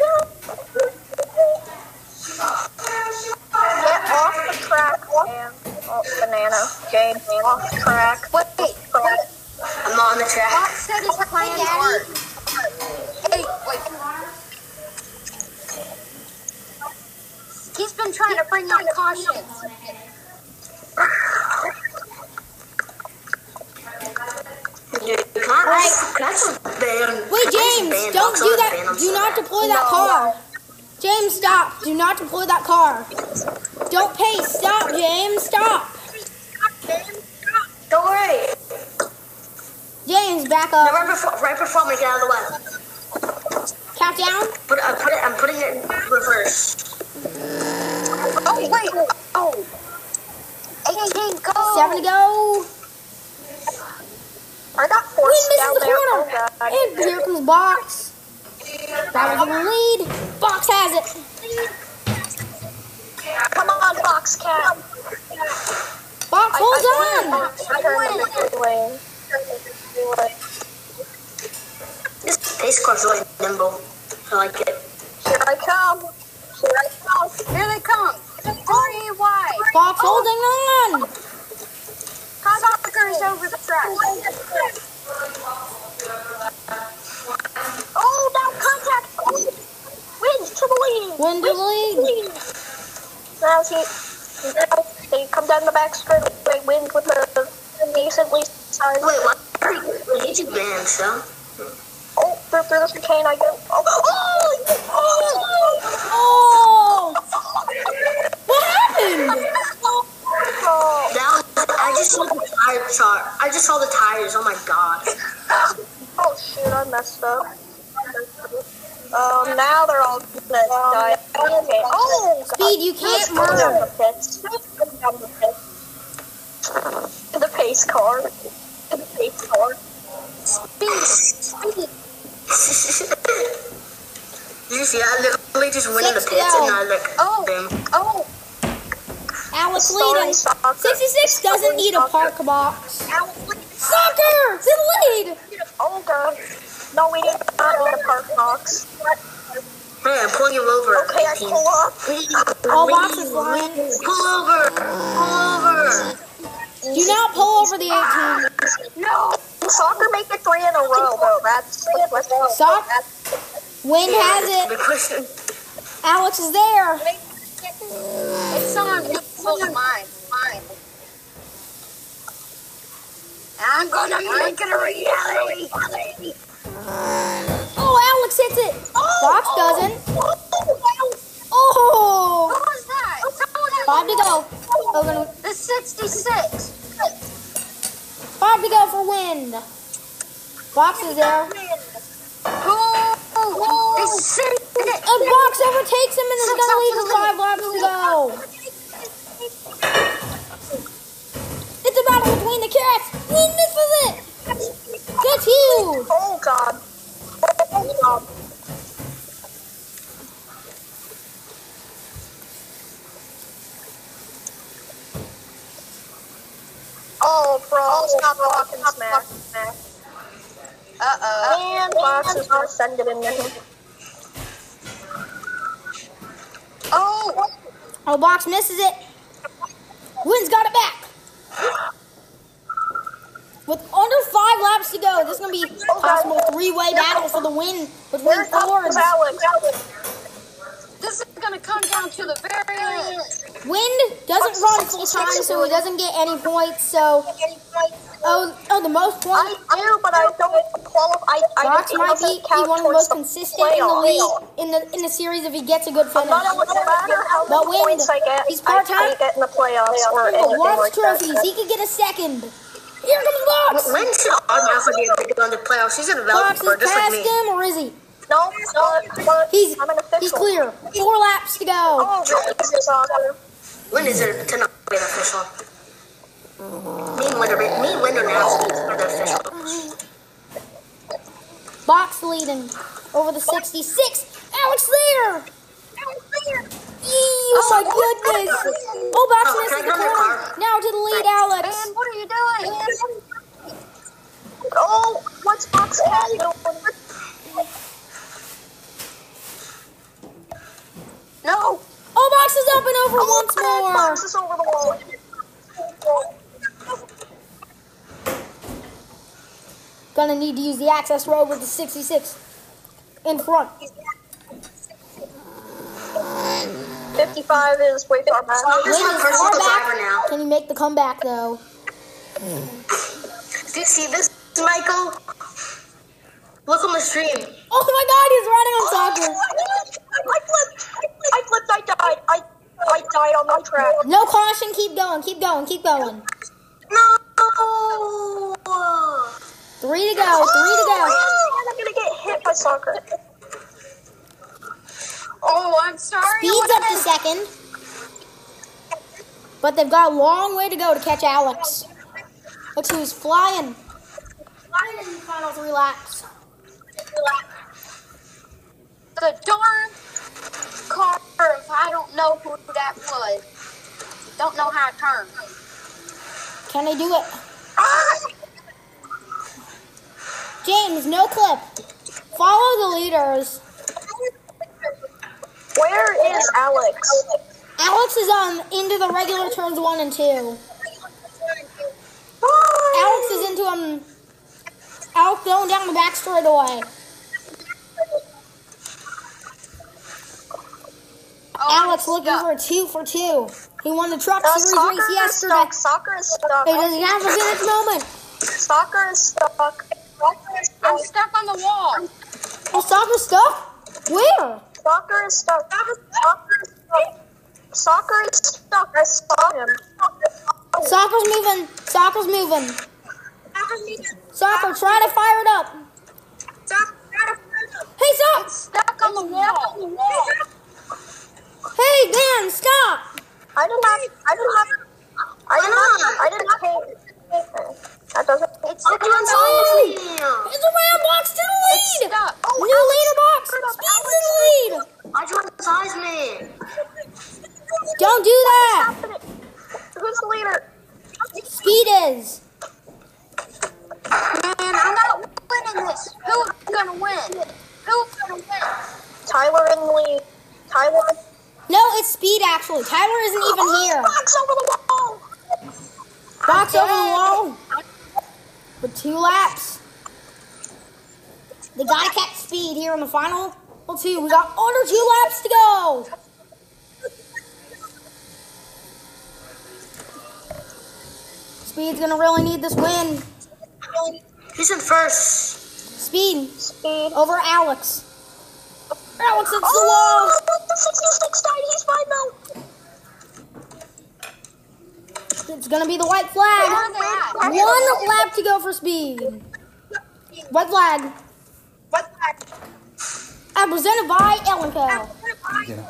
S5: Get off the track. And, oh, banana. Jane, off track.
S4: wait, wait.
S2: I'm not on the track.
S4: Fox said his plan art. Hey, wait. He's been trying to bring out cautions.
S2: Dude, can I just, can I just ban?
S1: Wait,
S2: can I just
S1: James,
S2: ban
S1: don't
S2: Fox?
S1: do
S2: I'm gonna ban
S1: that.
S2: him
S1: Do
S2: so
S1: not
S2: bad.
S1: deploy that car. James, stop. Do not deploy that car. Don't pace. Stop, James. Stop.
S2: Don't worry.
S1: James, back up.
S2: Now, right before, right before I'm gonna get out of the way.
S1: Countdown.
S2: Put, I put it, I'm putting it in reverse.
S4: Oh, wait. Oh. 18, go.
S1: Seven to go.
S5: I got four
S1: Wait, misses
S5: down
S1: the
S5: there. Oh,
S1: corner.
S5: God.
S1: And here comes Box. That was the lead. Box has it.
S5: Come on, Fox Cat.
S1: Box holds on.
S2: This pace car's really nimble. I like it.
S5: Here I come. Here I come.
S4: Here they come. Three wide.
S1: Box holding on.
S4: Cocker is over the track.
S5: Oh, now contact. Wins to the lead.
S1: Win the lead.
S5: Now he, now he come down the back straight. They win with a decently sized.
S2: Wait, what? Wait, you banned, so?
S5: Oh, through, through this cane I go. Oh, oh, oh,
S1: Oh! What happened?
S5: oh.
S2: That was, I just saw the tire chart. I just saw the tires. Oh my god. [laughs]
S5: Oh shoot, I messed up. Um, now they're all gonna die. Oh,
S1: Speed, you can't
S5: Go down
S1: murder.
S5: the pits. Go down the pits. To the pace car. To the pace car.
S2: you see, I literally just went in the
S1: Six
S2: pits and I like
S4: Oh.
S2: bang.
S4: Oh,
S1: Alex
S5: Sorry,
S1: leading.
S5: soccer.
S1: 66 doesn't need a park box. Soccer! It's in lead!
S5: Oh god. No, we did not need a park box.
S2: Hey, I'm pulling you over.
S5: Okay, I pull up.
S1: All boxes behind.
S2: Pull over. Pull over.
S1: Do not pull over the
S5: No. Soccer make it three in a row, though. That's let's go.
S1: 18. Sock. Win has it.
S2: Big question.
S1: Alex is there.
S4: it's on Nicole's mind. Mine.
S5: I'm gonna make it a reality.
S1: Oh, Alex hits it. Fox
S5: Oh!
S1: doesn't. Oh,
S5: Oh.
S4: What was that?
S1: five to go. Hogan,
S4: The 66.
S1: five to go for wind. Fox is there.
S4: Oh,
S5: They
S4: this
S5: sent it.
S1: And Fox overtakes him and is going to lead with five laps to go.
S5: [laughs]
S1: It's a battle between the carrots. He misses it. That's huge.
S5: Oh god. Oh god.
S4: Oh, bro. stop walking smack. Uh-oh.
S5: And Fox is gonna send it in there.
S4: Oh,
S1: Oh, Box misses it. Wynn's got it back. With under five laps to go, this is going to be a possible three-way battle for the win between Fords.
S4: this is going to come down to the very end.
S1: Wind doesn't run full time, so he doesn't get any points. So, oh, oh, the most
S5: I
S1: points.
S5: do, but I don't qualify. I, I don't
S1: Box
S5: think
S1: might be
S5: doesn't
S1: be
S5: count
S1: one of the
S5: towards
S1: most consistent in the
S5: playoff.
S1: league in the in the series if he gets a good
S5: But
S1: finish.
S5: it doesn't matter how
S1: But
S5: many
S1: Wind,
S5: points I get,
S1: he's
S5: I
S1: part-time.
S5: can't get in the playoffs or
S1: Oh,
S5: anything like
S1: Watts trophies.
S5: that.
S1: He could get a second. Here comes Box.
S2: Lynn should automatically be a big deal in the playoffs. He's a
S1: Box is
S2: developer, just like
S1: past
S2: me.
S1: him, or is he?
S5: No, no, no,
S1: He's
S5: I'm an
S1: he's clear.
S5: official.
S1: Four laps to go.
S5: Oh, Jesus, Oscar.
S2: Lynn is a to not be an official. Me and Lynn are, me and Lynn are now for the official.
S1: Box leading over the 66. Alex there. Eee, oh my goodness! Oh, Box
S2: Oh,
S1: misses
S2: can I
S1: the
S2: go in the
S1: corner.
S2: car?
S1: Now to the lead, Alex.
S4: Man, what are you doing?
S5: Oh, what's Fox Cat doing? No,
S1: Oh, Box is up and over
S5: Oh,
S1: once
S5: Red
S1: more.
S5: Fox is over the wall.
S1: Gonna need to use the access road with the 66 in front.
S5: 55 is way far back.
S2: I'm just
S1: Lynn
S2: my
S1: is
S2: personal
S1: far back.
S2: driver now.
S1: Can he make the comeback though?
S2: Do you see this, Michael? Look on the stream.
S1: Oh my God, he's running on soccer.
S5: I flipped! I flipped! I died! I, I died on my track.
S1: No caution. Keep going. Keep going. Keep going.
S2: No!
S1: Three to go. Three to go.
S5: Oh, man, I'm gonna get hit by soccer.
S4: Oh, I'm sorry.
S1: Speeds up to second. But they've got a long way to go to catch Alex. Looks who's flying. Flying in the final three laps.
S4: The darn car. I don't know who that was. Don't know how to turn.
S1: Can they do it? James, no clip. Follow the leaders.
S5: Where is Alex?
S1: Alex is on into the regular turns one and two. Alex is into um. Alex going down the back straightaway.
S4: Oh,
S1: Alex
S4: I'm
S1: looking
S4: stuck.
S1: for a two for two. He won the Truck
S5: Uh,
S1: Series
S5: soccer
S1: race
S5: is
S1: yesterday.
S5: stuck. Soccer is stuck.
S1: He doesn't have a good moment.
S5: Soccer is stuck. Soccer is
S4: I'm
S5: stuck.
S4: stuck on the wall.
S1: Oh, soccer stuff? Where?
S5: Soccer is stuck. Soccer is stuck. Soccer is stuck. I saw him.
S1: Soccer's moving. Soccer's moving. Soccer, try to fire it up. Hey, Sock!
S4: Stuck on the wall.
S1: Hey, Dan, stop!
S5: I didn't have. I didn't have. I didn't have. I didn't have. That doesn't. It's
S1: Oh, it's a round box to the lead!
S4: Stuck.
S1: New leader box! Speeds in the lead!
S2: I joined the seismic.
S1: Don't do that!
S5: happening. Who's the leader?
S1: Speed is.
S4: Man, I'm not winning this. Who's gonna win? Who's gonna win?
S5: Tyler and Lee. Tyler.
S1: No, it's speed actually. Tyler isn't even here.
S5: Box Oh, over the wall.
S1: Box over the wall with two laps. They gotta catch speed here in the final. Well, two. We got under two laps to go. Speed's gonna really need this win.
S5: Speed.
S2: Who's in first?
S1: Speed
S5: Speed.
S1: over Alex. Alex, it's
S5: Oh, the 66 died. He's fine though.
S1: the wall. It's gonna be the white flag.
S5: Where are they at?
S1: One lap to go for Speed. White flag.
S5: What?
S1: And presented by Elanco.
S5: Yeah.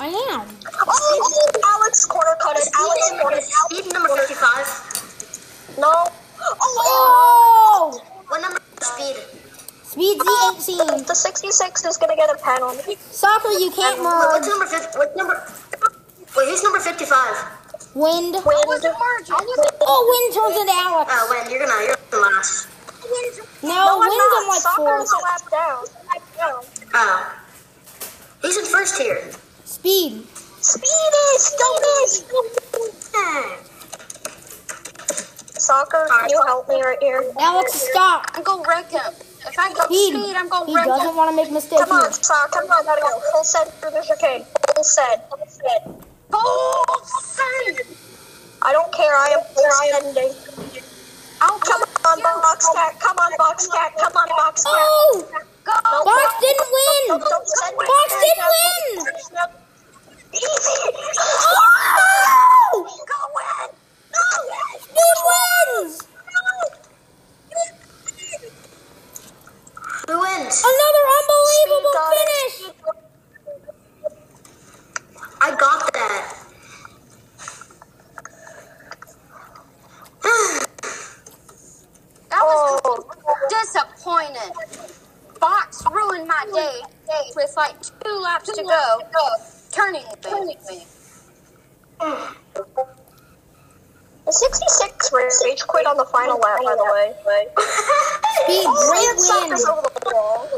S1: I am.
S5: Oh, Alex corner cut it. Alex corner out.
S2: Speed number 55.
S5: No. Oh,
S1: Oh!
S2: What number is speed?
S1: Speed's the 18.
S5: the 66 is gonna get a penalty.
S1: Soccer, you can't
S2: Wait, what's
S1: merge.
S2: number 50? What number? Wait, who's number 55?
S1: Wind.
S5: Wind. I was
S1: Oh, Wind turns into Alex.
S2: Oh, when you're gonna, you're last.
S1: No,
S5: I'm
S1: Wind's
S5: not.
S1: in like
S5: Soccer's
S1: fourth.
S5: a lap down. Lap down.
S2: Oh. He's in first here.
S1: Speed.
S5: Speed is. Don't miss.
S2: Hmm.
S5: Soccer, can you help me right here?
S1: Alex, stop.
S5: I'm going wreck him. If I go
S1: Speed.
S5: speed, I'm going
S1: He
S5: wreck him.
S1: doesn't want to make mistakes.
S5: Come on, Sock. Come on, gotta go. Full set for the chicane. Full set. Full set.
S4: Oh,
S5: Full set. I don't care. I am full sending. Oh, come on, Boxcat. Come on, Boxcat. Come on, Boxcat.
S1: Oh!
S5: Go.
S1: Box didn't win!
S5: Don't send me.
S1: Box didn't win!
S5: Easy.
S1: Oh!
S5: Go win. Go win.
S1: Dude wins!
S2: Who wins?
S1: Another unbelievable
S5: Got it.
S1: finish!
S2: I got that.
S5: That
S4: Oh.
S5: was
S4: disappointed. Box ruined my day with like two laps to go, turning me.
S5: the 66 rage quit on the final lap, by the way.
S1: Speed,
S5: Oh,
S1: great win!
S5: Suckers over the wall.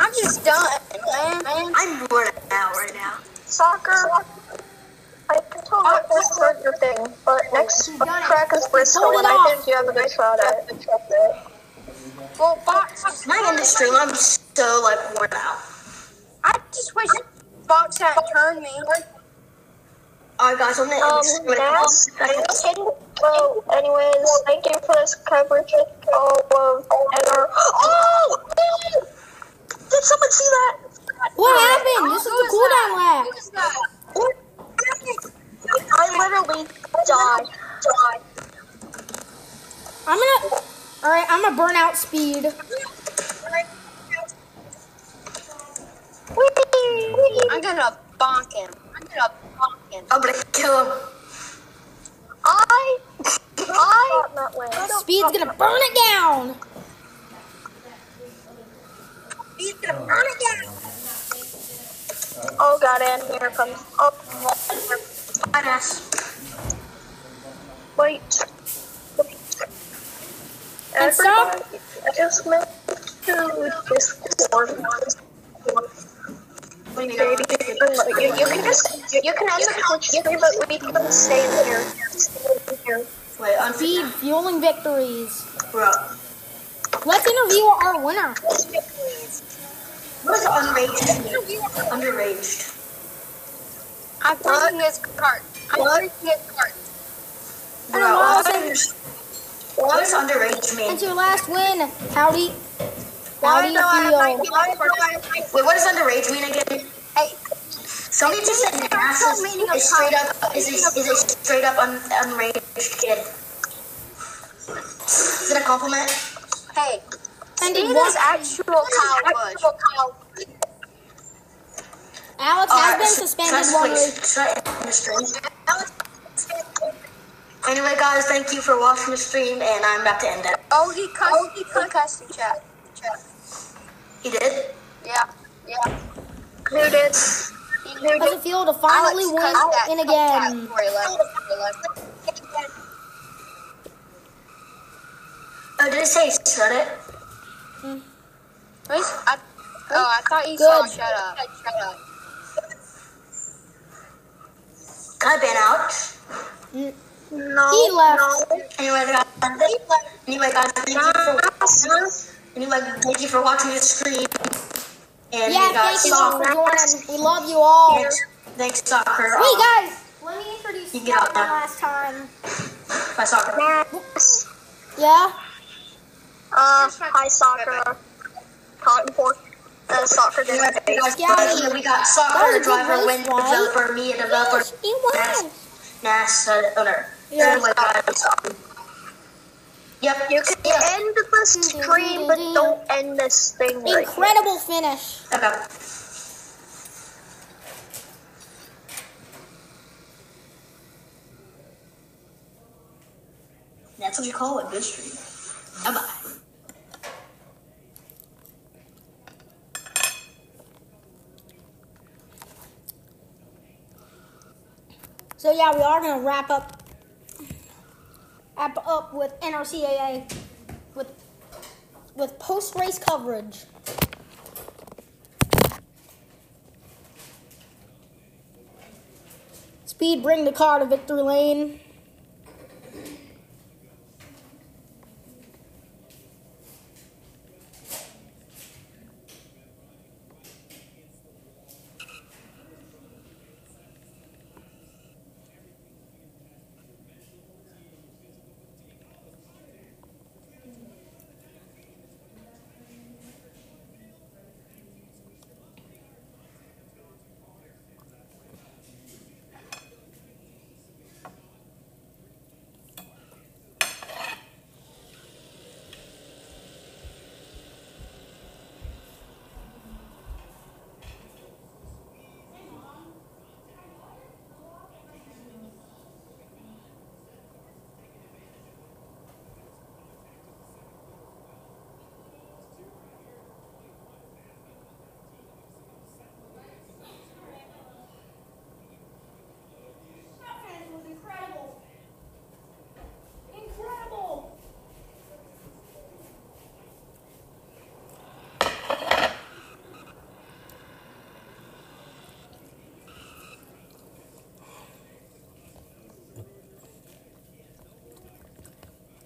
S4: I'm just done, man.
S2: I'm worn out right now.
S5: soccer. I told you this is your thing, but next track is Bristol, and I think you have a good shot at it.
S4: Well, Box,
S2: My industry, I'm so like worn out.
S4: I just wish Box had turned me. Oh,
S2: Alright, Oh, guys, I'm gonna end
S5: Um, Mass,
S2: this. Seconds.
S5: well, anyways, thank you for this coverage. All of our. Oh! Did someone see that?
S1: What happened? This is the cooldown lap.
S5: I literally died. Died.
S1: I'm gonna. Alright, I'm gonna burn out speed.
S4: I'm gonna bonk him. I'm gonna bonk him.
S2: I'm gonna kill him.
S5: I. I. Not win.
S1: Speed's gonna burn it down!
S5: Oh god, and here comes. Oh,
S2: Bye, guys.
S5: wait.
S1: And stop.
S5: Everybody, I just meant to Discord. Baby, you, you can just you, you can ask a coach three, but we can stay here. Stay here.
S2: Wait, I'm
S1: Speed, fueling victories.
S2: bro.
S1: Let's interview our winner.
S2: What is unraged? Underraged.
S4: I'm breaking his cart. I'm breaking his cart.
S2: Bro, what is what does underraged mean?
S1: That's your last win. Howdy. How do you feel?
S2: Wait, what does underage mean again?
S4: Hey.
S2: Somebody just said NASA's is straight up is a, is a straight up un, unraged kid. Is it a compliment?
S4: Hey,
S1: And
S4: he
S1: did
S4: is
S1: what?
S4: actual Kyle Busch.
S1: Alex has been suspended one week.
S2: week. Anyway, guys, thank you for watching the stream, and I'm about to end it.
S4: Oh, he cussed. Oh, he cussed in chat. Chat.
S2: You did?
S4: Yeah. Yeah.
S5: Who did?
S1: How's
S5: Who did?
S1: it feel to finally
S4: Alex
S1: win
S4: cussed at
S1: in
S4: Tomcat
S1: again?
S4: before he left. Before he left.
S2: Oh, did it say shut it?
S4: Wait, I, oh, I thought you said
S1: Good.
S4: shut up. Shut up.
S2: Can I ban out?
S1: He left.
S2: Anyway, guys, anyway, guys thank you for watching. Anyway, thank you for watching the stream. And
S1: Yeah,
S2: you guys
S1: thank you all for joining. We love you all.
S2: Thanks, thanks, soccer. Um,
S1: Wait, guys, let me introduce
S2: You
S1: you
S2: get out
S1: one
S2: now.
S1: last time.
S2: My soccer.
S1: Yeah?
S5: Uh, high soccer, cotton pork, uh, soccer dinner
S2: We
S5: days.
S2: got, yeah, we
S1: That
S2: got
S1: was a
S2: soccer
S1: good race,
S2: driver, wind
S1: right?
S2: developer, me, a developer,
S1: Yes, he won.
S2: NASA owner.
S1: Yeah.
S2: Anyway, guys, um, Yep,
S5: You can end the stream, but don't end this thing right here.
S1: Incredible finish.
S2: Okay. That's what you call a good stream. Bye bye.
S1: So yeah, we are gonna wrap up wrap up with NRCAA with with post race coverage. Speed, bring the car to victory lane.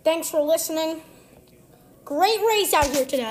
S1: Thanks for listening. Great race out here today.